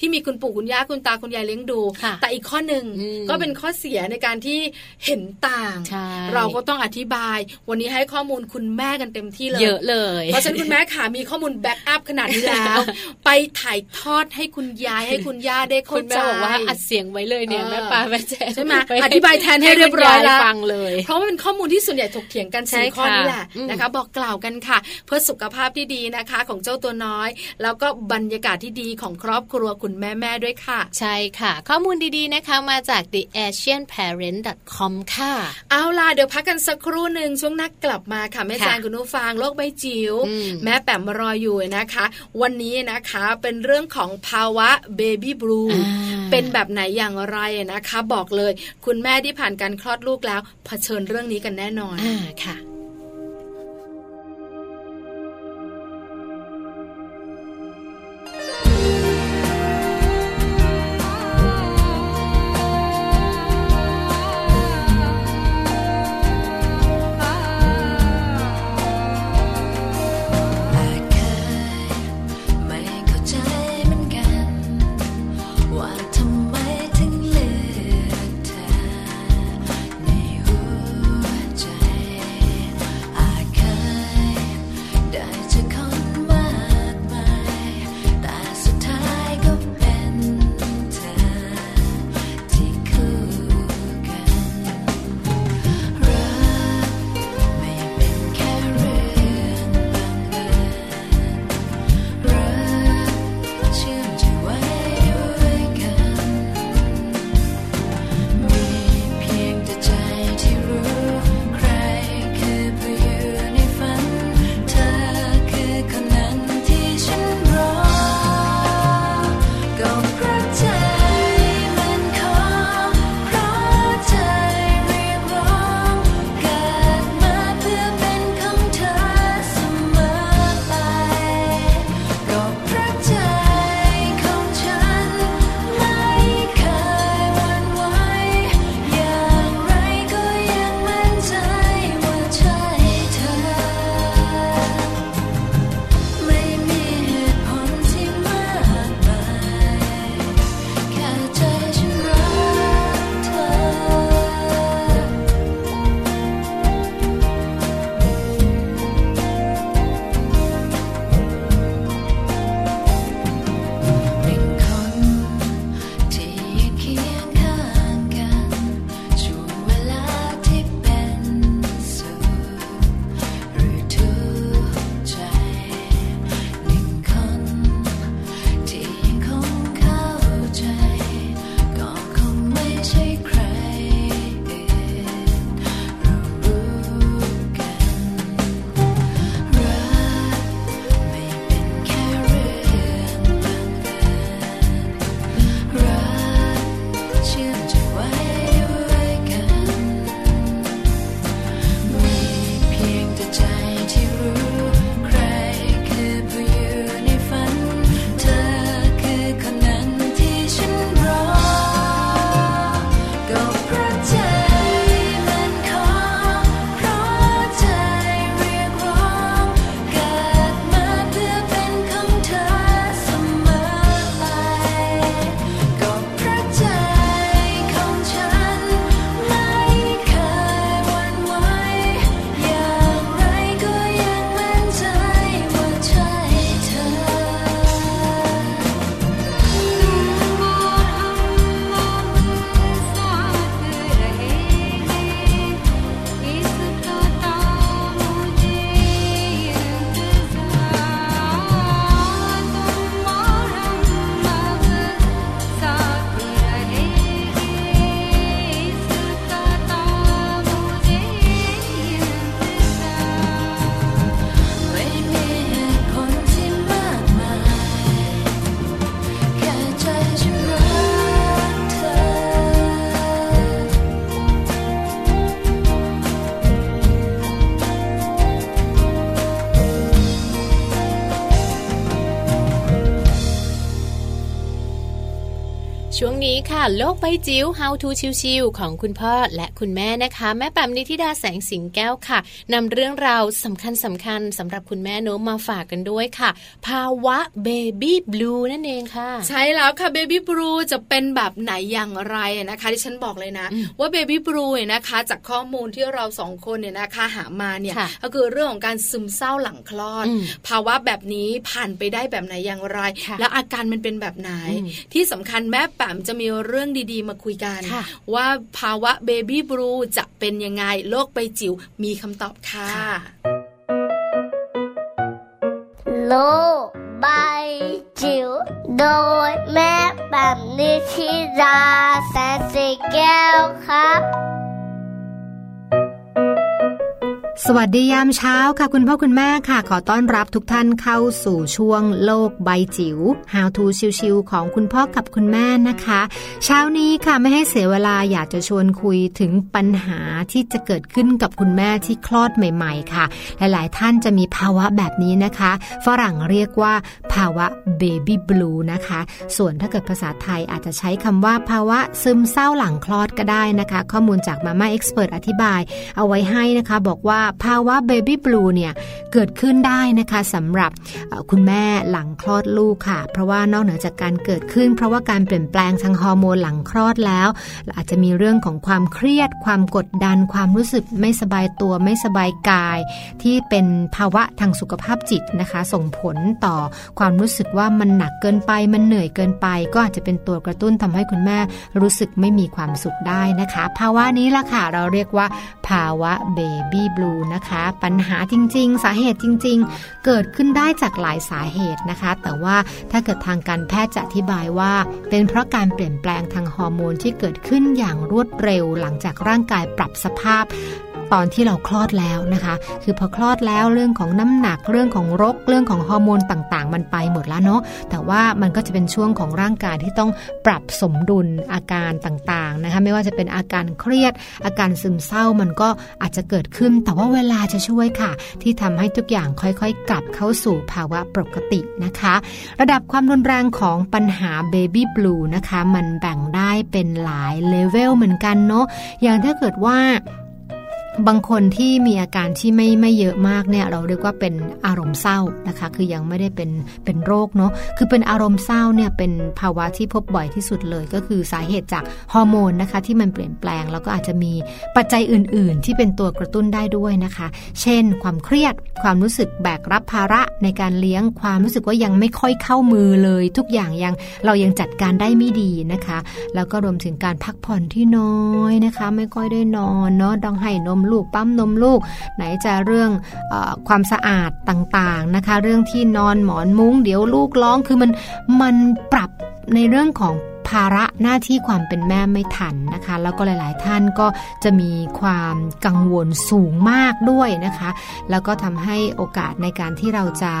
C: ที่มีคุณปู่คุณย่าคุณตาคุณยายเลี้ยงดู
B: ค่ะ
C: แต่อีกข้อหนึ่ง
B: อืม
C: ก็เป็นข้อเสียในการที่เห็นต่าง
B: ใช่
C: เราก็ต้องอธิบาย วันนี้ให้ข้อมูลคุณแม่กันเต็มที่เลย
B: เยอะเลย
C: เพราะฉะนั้นคุณแม่ขามีข้อมูลแบ็กอัพขนาดนี้แล้ว ไปถ่ายทอดให้คุณยายให้คุณย่าได้เข้า
B: คุณแม่
C: ใจ
B: บอกว่าอัดเสียงไว้เลยเนี่ย
C: เออ
B: แม่ปลาแม่แจ๊
C: ใช่ไหมอธิบายแทนให้เรียบร้อย
B: ให้
C: ละ
B: คุณาฟังเลย
C: เพราะว่าเป็นข้อมูลที่ส่วนใหญ่ถกเถียงกัน
B: ใช่
C: สี่
B: ค่ะ
C: ข้อนี้แหละ
B: อืม
C: นะคะ บอกกล่าวกันค่ะ เพื่อสุขภาพที่ดีนะคะ ของเจ้าตัวน้อย แล้วก็บรรยากาศที่ดีของครอบครัวคุณแม่แม่ๆด้วยค่ะ
B: ใช่ค่ะ ข้อมูลดีๆนะคะมาจาก the asian parent com ค่ะ
C: เอาล่ะเดี๋ยวพักกันสักครู่หนึ่งช่วงหนักกลับมาค่ะแม่
B: ค่ะ
C: แจงคุณนุฟางโลกใบจิ๋ว
B: อืม
C: แม่แปมรออยู่นะคะ วันนี้นะคะเป็นเรื่องของภาวะเบบี้บลู
B: อ่า
C: เป็นแบบไหนอย่างไรนะคะ บอกเลย คุณแม่ที่ผ่านการคลอดลูกแล้วเผชิญเรื่องนี้กันแน่นอน
B: อ่าค่ะ
E: อาจเคยไม่เข้าใจเหมือนกัน ว่าทำไมถึงเลือกเธอในหัวใจ
B: ช่วงนี้ค่ะ โลกใบจิ๋ว How to ชิวๆของคุณพ่อและคุณแม่นะคะ แม่แปมนิธิดาแสงสิงแก้วค่ะนำเรื่องราวสำคัญสำคัญๆสำหรับคุณแม่โน้มมาฝากกันด้วยค่ะ ภาวะเบบี้บลูนั่นเองค่ะ
C: ใช่แล้วค่ะเบบี้บรูจะเป็นแบบไหนอย่างไรนะคะที่ฉันบอกเลยนะ
B: อืม
C: ว่าเบบี้บรูเนี่ยนะคะ จากข้อมูลที่เราสองคนเนี่ยนะคะหามาเนี่ย
B: ค่ะ
C: ก็คือเรื่องของการซึมเศร้าหลังคลอด
B: อืม
C: ภาวะแบบนี้ผ่านไปได้แบบไหนอย่างไร
B: ค่ะ
C: และอาการมันเป็นแบบไหน
B: อืม
C: ที่สำคัญแม่แป๋มจะมีเรื่องดีๆ มาคุยกัน
B: ค่ะ
C: ว่าภาวะเบบี้บรูจะเป็นยังไงโรคใบจิ๋วมีคำตอบค่ะ
F: Lô bay chiều đôi mép bằng đi khi ra sẽ xì keo khắp
G: สวัสดียามเช้าค่ะ คุณพ่อคุณแม่ค่ะ ขอต้อนรับทุกท่านเข้าสู่ช่วงโลกใบจิ๋ว How to ชิวๆของคุณพ่อกับคุณแม่นะคะ เช้านี้ค่ะไม่ให้เสียเวลาอยากจะชวนคุยถึงปัญหาที่จะเกิดขึ้นกับคุณแม่ที่คลอดใหม่ ๆ ค่ะ หลายๆ ท่านจะมีภาวะแบบนี้นะคะ ฝรั่งเรียกว่าภาวะเบบี้บลูนะคะ ส่วนถ้าเกิดภาษาไทยอาจจะใช้คำว่าภาวะซึมเศร้าหลังคลอดก็ได้นะคะ ข้อมูลจากมาม่าเอ็กซ์เพรสอธิบาย เอาไว้ให้นะคะบอกว่าภาวะเบบี้บลูเนี่ยเกิดขึ้นได้นะคะสำหรับเอ่อคุณแม่หลังคลอดลูกค่ะ เพราะว่านอกเหนือจากการเกิดขึ้น เพราะว่าการเปลี่ยนแปลงทางฮอร์โมนหลังคลอดแล้ว อาจจะมีเรื่องของความเครียด ความกดดัน ความรู้สึกไม่สบายตัวไม่สบายกาย ที่เป็นภาวะทางสุขภาพจิตนะคะ ส่งผลต่อความรู้สึกว่ามันหนักเกินไปมันเหนื่อยเกินไป ก็อาจจะเป็นตัวกระตุ้นทำให้คุณแม่รู้สึกไม่มีความสุขได้นะคะ ภาวะนี้ล่ะค่ะเราเรียกว่า ภาวะเบบี้บลูนะคะ ปัญหาจริง ๆ สาเหตุจริง ๆ เกิดขึ้นได้จากหลายสาเหตุนะคะ แต่ว่าถ้าเกิดทางการแพทย์จะอธิบายว่า เป็นเพราะการเปลี่ยนแปลงทางฮอร์โมนที่เกิดขึ้นอย่างรวดเร็ว หลังจากร่างกายปรับสภาพ ตอนที่เราคลอดแล้วนะคะ คือพอคลอดแล้วเรื่องของน้ำหนักเรื่องของรกเรื่องของฮอร์โมนต่างๆ มันไปหมดแล้วเนาะ แต่ว่ามันก็จะเป็นช่วงของร่างกายที่ต้องปรับสมดุลอาการต่างๆนะคะ ไม่ว่าจะเป็นอาการเครียด อาการซึมเศร้ามันก็อาจจะเกิดขึ้น แต่ว่าเวลาจะช่วยค่ะ ที่ทำให้ทุกอย่างค่อยๆ กลับเข้าสู่ภาวะปกตินะคะ ระดับความรุนแรงของปัญหาเบบี้บลูนะคะ มันแบ่งได้เป็นหลายเลเวลเหมือนกันเนาะอย่างถ้าเกิดว่า บางคนที่มีอาการที่ไม่ไม่เยอะมากเนี่ยเราเรียกว่าเป็นอารมณ์เศร้านะคะ คือยังไม่ได้เป็นเป็นโรคเนาะคือเป็นอารมณ์เศร้าเนี่ยเป็นภาวะที่พบบ่อยที่สุดเลย ก็คือสาเหตุจากฮอร์โมนนะคะ ที่มันเปลี่ยนแปลงแล้วก็อาจจะมีปัจจัยอื่น ๆ ที่เป็นตัวกระตุ้นได้ด้วยนะคะ เช่น ความเครียดความรู้สึกแบกรับภาระในการเลี้ยงความรู้สึกว่ายังไม่ค่อยเข้ามือเลย ทุกอย่างยังเรายังจัดการได้ไม่ดีนะคะ แล้วก็รวมถึงการพักผ่อนที่น้อยนะคะ ไม่ค่อยได้นอนเนาะต้องให้นมลูกปั๊มนมลูก ไหนจะเรื่องเออความสะอาดต่างๆนะคะ เรื่องที่นอนหมอนมุ้งเดี๋ยวลูกร้องคือมันมันปรับในเรื่องของภาระหน้าที่ความเป็นแม่ไม่ทันนะคะ แล้วก็หลายๆ ท่านก็จะมีความกังวลสูงมากด้วยนะคะ แล้วก็ทำให้โอกาสในการที่เราจะ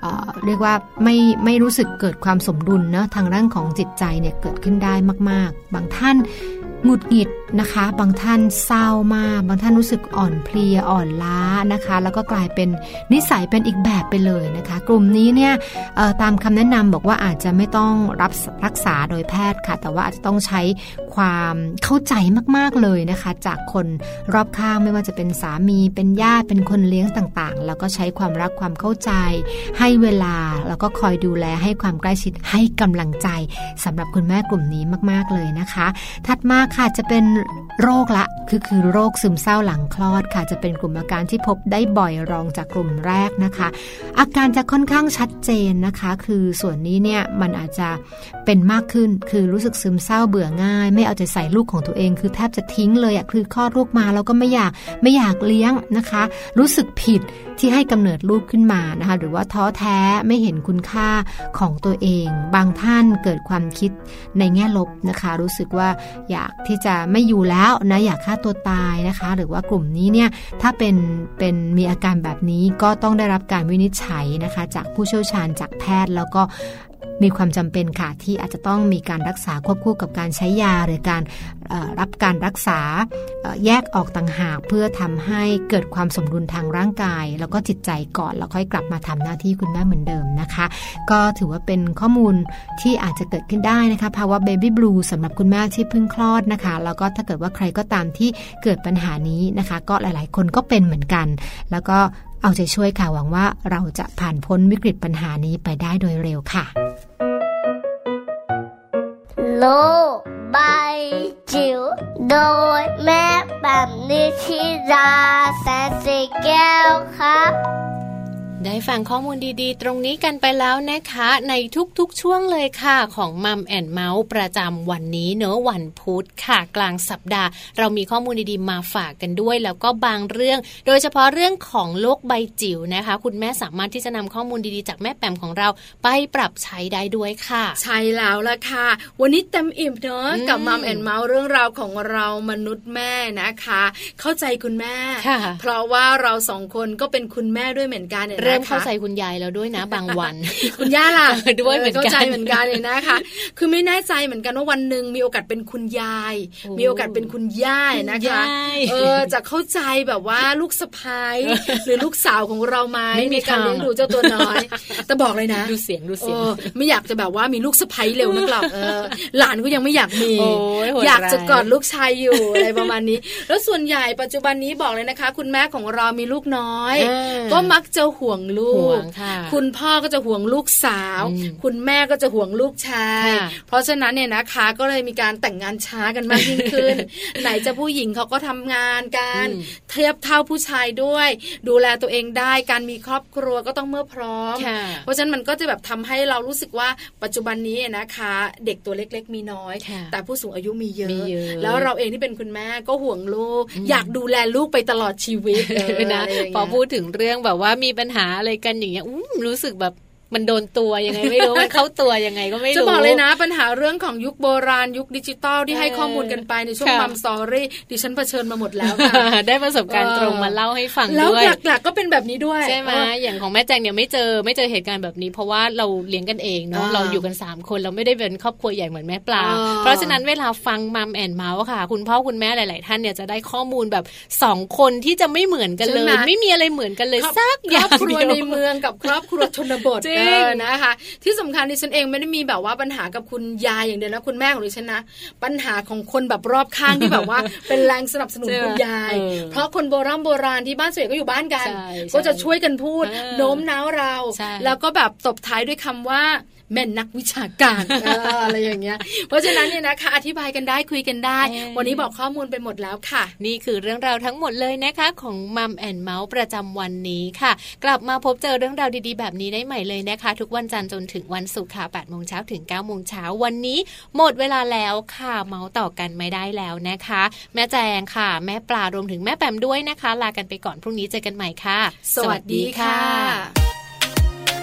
G: เอ่อเรียกว่าไม่ไม่รู้สึกเกิดความสมดุลเนาะทางด้านของจิตใจเนี่ยเกิดขึ้นได้มาก ๆ บางท่านหงุดหงิดนะคะ บางท่านเศร้ามาก บางท่านรู้สึกอ่อนเพลียอ่อนล้านะคะ แล้วก็กลายเป็นนิสัยเป็นอีกแบบไปเลยนะคะ กลุ่มนี้เนี่ยเอ่อตามคำแนะนำบอกว่าอาจจะไม่ต้องรับรักษาโดยแพทย์ค่ะ แต่ว่าอาจจะต้องใช้ความเข้าใจมากๆเลยนะคะ จากคนรอบข้างไม่ว่าจะเป็นสามีเป็นญาติเป็นคนเลี้ยงต่างๆ แล้วก็ใช้ความรักความเข้าใจ ให้เวลาแล้วก็คอยดูแลให้ความใกล้ชิดให้กำลังใจสำหรับคุณแม่กลุ่มนี้มาก ๆ เลยนะคะ ถัดมาค่ะจะเป็นโรคละคือคือโรคซึมเศร้าหลังคลอดค่ะ จะเป็นกลุ่มอาการที่พบได้บ่อยรองจากกลุ่มแรกนะคะ อาการจะค่อนข้างชัดเจนนะคะ คือส่วนนี้เนี่ยมันอาจจะเป็นมากขึ้นคือรู้สึกซึมเศร้าเบื่อง่าย ไม่เอาใจใส่ลูกของตัวเอง คือแทบจะทิ้งเลยอะคือคลอดลูกมาแล้วก็ไม่อยากไม่อยากเลี้ยงนะคะ รู้สึกผิด ที่ให้กำเนิดลูกขึ้นมานะคะ หรือว่าท้อแท้ไม่เห็นคุณค่าของตัวเอง บางท่านเกิดความคิดในแง่ลบนะคะ รู้สึกว่าอยากที่จะไม่อยู่แล้วนะอยากฆ่าตัวตายนะคะ หรือว่ากลุ่มนี้เนี่ยถ้าเป็นเป็นมีอาการแบบนี้ก็ต้องได้รับการวินิจฉัยนะคะ จากผู้เชี่ยวชาญจากแพทย์แล้วก็ มีความจำเป็นค่ะที่อาจจะต้องมีการรักษาควบคู่กับการใช้ยาหรือการเอ่อรับการรักษาเอ่อแยกออกต่างหากเพื่อทำให้เกิดความสมดุลทางร่างกาย แล้วก็จิตใจก่อนแล้วค่อยกลับมาทำหน้าที่คุณแม่เหมือนเดิมนะคะ ก็ถือว่าเป็นข้อมูลที่อาจจะเกิดขึ้นได้นะคะภาวะเบบี้บลูสำหรับคุณแม่ที่เพิ่งคลอดนะคะ แล้วก็ถ้าเกิดว่าใครก็ตามที่เกิดปัญหานี้นะคะ ก็หลาย ๆ คนก็เป็นเหมือนกัน แล้วก็เอาใจช่วยค่ะหวังว่าเราจะผ่านพ้นวิกฤตปัญหานี้ไปได้โดยเร็วค่ะ
F: โลกใบจิ๋วโดยแม่แบบนิชิราแสนสีแก้วครับ
B: ได้ฟังข้อมูลดีๆ ตรงนี้กันไปแล้วนะคะ ในทุกๆช่วงเลยค่ะ ของมัมแอนเมาส์ประจำวันนี้เนอะวันพุธค่ะ กลางสัปดาห์ เรามีข้อมูลดีๆ มาฝากกันด้วย แล้วก็บางเรื่อง โดยเฉพาะเรื่องของโลกใบจิ๋วนะคะ คุณแม่สามารถที่จะนำข้อมูลดีๆ จากแม่แปมของเราไปปรับใช้ได้ด้วยค่ะ
C: ใช่แล้วล่ะค่ะ วันนี้เต็มอิ่มเนอะ
B: อืม
C: กับมัมแอนเมาส์เรื่องราวของเรามนุษย์แม่นะคะ เข้าใจคุณแม่
B: ค่ะ
C: เพราะว่าเราสองคนก็เป็นคุณแม่ด้วยเหมือนกันเนี่ยนะคะ
B: เริ่มเข้าใจคุณยายแล้วด้วยนะบางวัน
C: คุณย่าล่ะ
B: เออ ด้วยเหมือนกัน
C: เข้าใจเหมือนกันเลยนะคะ คือไม่แน่ใจเหมือนกันว่าวันหนึ่งมีโอกาสเป็นคุณยาย
B: โอ้
C: มีโอกาสเป็นคุณย่าเนี่ยนะคะ
B: คุณยาย
C: เออจะเข้าใจแบบว่าลูกสะ พ้ายหรือลูกสาวของเราไหม
B: ไม่มี
C: ในกา
B: ทา
C: ร
B: ง
C: เลี้ยงดูเจ้าตัว น้อย แต่บอกเลยนะ
B: ดูเสียงดูเสียง
C: เออไม่อยากจะแบบว่ามีลูกสะพ้ายเร็วนักหรอกเอ อหลานก็ยังไม่อยากมี
B: โอ้ยโหดร้าย
C: อยากจะกอดลูกชายอยู่อะไรประมาณนี้ แล้วส่วนใหญ่ปัจจุบันนี้บอกเลยนะคะ คุณแม่ของเรามีลูกน้อย
B: อ่า
C: ก็มักจะห่วงลู
B: ห่ว
C: ก
B: งค่ะ
C: คุณพ่อก็จะห่วงลูกสาว
B: อืม
C: คุณแม่ก็จะห่วงลูกชาย
B: ค่ะ
C: เพราะฉะนั้นเนี่ยนะคะ ก็เลยมีการแต่งงานช้ากันมากยิ่ง ขึ้น ไหนจะผู้หญิงเขาก็ทำงานกัน
B: อืม
C: เทียบเท่าผู้ชายด้วย ดูแลตัวเองได้ การมีครอบครัวก็ต้องเมื่อพร้อม
B: ค่ะ
C: เพราะฉะนั้นมันก็จะแบบทำให้เรารู้สึกว่าปัจจุบันนี้นะคะ เด็กตัวเล็กๆ มีน้อย
B: ค่ะ
C: แต่ผู้สูงอายุมีเย
B: มี
C: อะ
B: เยอะ
C: แล้วเราเองที่เป็นคุณแม่ก็ห่วงลูก อยากดูแลลูกไปตลอดชีวิตเออ
B: นะ
C: ไรย่างเงี้ย
B: พอพูดถึงเรื่องแบบว่ามีปัญหาอะไรกันอย่างเงี้ยอู้มรู้สึกแบบมันโดนตัวยังไงไม่ รู้ มันเข้าตัวยังไงก็ไม่รู้
C: จะบอกเลยนะปัญหาเรื่องของยุคโบราณยุคดิจิตอลที่ให้
B: เออ
C: ข้อมูลกันไปในช่วง
B: ค่ะ
C: มัมสอรี่ดิฉันเผชิญมาหมดแล้ว
B: อ่า
C: ค่ะ
B: ได้ประสบการณ์
C: เออ
B: ตรงมาเล่าให้ฟัง
C: แล้ว
B: ด้วย
C: หลักๆก็เป็นแบบนี้ด้วย
B: ใช่ไหม
C: เออ
B: อย่างของแม่แจงเนี่ยไม่เจอไม่เจอเหตุการณ์แบบนี้ เพราะว่าเราเลี้ยงกันเองเนาะ
C: อ่า
B: เราอยู่กัน 3 คนเราไม่ได้เป็นครอบครัวใหญ่เหมือนแม่ปลา
C: อ่า
B: เพราะฉะนั้นเวลาฟังมัมแอนเมาส์ค่ะ คุณพ่อคุณแม่หลาย ๆ ท่านเนี่ยจะได้ข้อมูลแบบ 2 คนที่จะไม่เหมือนกัน
C: ใช่
B: เล
C: ไหม
B: ย ไม่มีอะไรเหมือนกันเลย
C: ครอบ
B: สักอ
C: คร
B: ย่า
C: อง บครัว
B: เดียว
C: ในเมืองกับครอบครัวชนบท
B: จริง
C: เออนะคะ ที่สำคัญดิฉันเองไม่ได้มีแบบว่าปัญหากับคุณยายอย่างเดียวนะคุณแม่ของดิฉันนะปัญหาของคนแบบรอบข้างที่แบบว่า เป็นแรงสนับสนุน
B: ใช่
C: คุณยาย
B: เออ
C: เพราะคนโบราณโบราณที่บ้านส่วนใหญ่ก็อยู่บ้านกัน
B: ใช่
C: ก็จะช่วยกันพูด
B: เออ
C: โน้มน้าวเรา
B: ใช่
C: แล้วก็แบบตบท้ายด้วยคำว่าแม่นนักวิชา การเอออะไรอย่างเงี้ย เพราะฉะนั้นเนี่ยนะคะ อธิบายกันได้คุยกันได้ วันนี้บอกข้อมูลไปหมดแล้วค่ะ
B: นี่คือเรื่องราวทั้งหมดเลยนะคะของมัมแอนเมาส์ประจำวันนี้ค่ะ กลับมาพบเจอเรื่องราวดีๆ แบบนี้ได้ใหม่เลยนะคะ ทุกวันจันทร์จนถึงวันศุกร์ค่ะ8โมงเช้าถึง9โมงเช้าวันนี้ หมดเวลาแล้วค่ะเมาส์ต่อกันไม่ได้แล้วนะคะ แม่แจงค่ะ แม่ปลารวมถึงแม่แปมด้วยนะคะ ลากันไปก่อนพรุ่งนี้เจอกันใหม่ค่ะ
C: สวัสดีค่ะ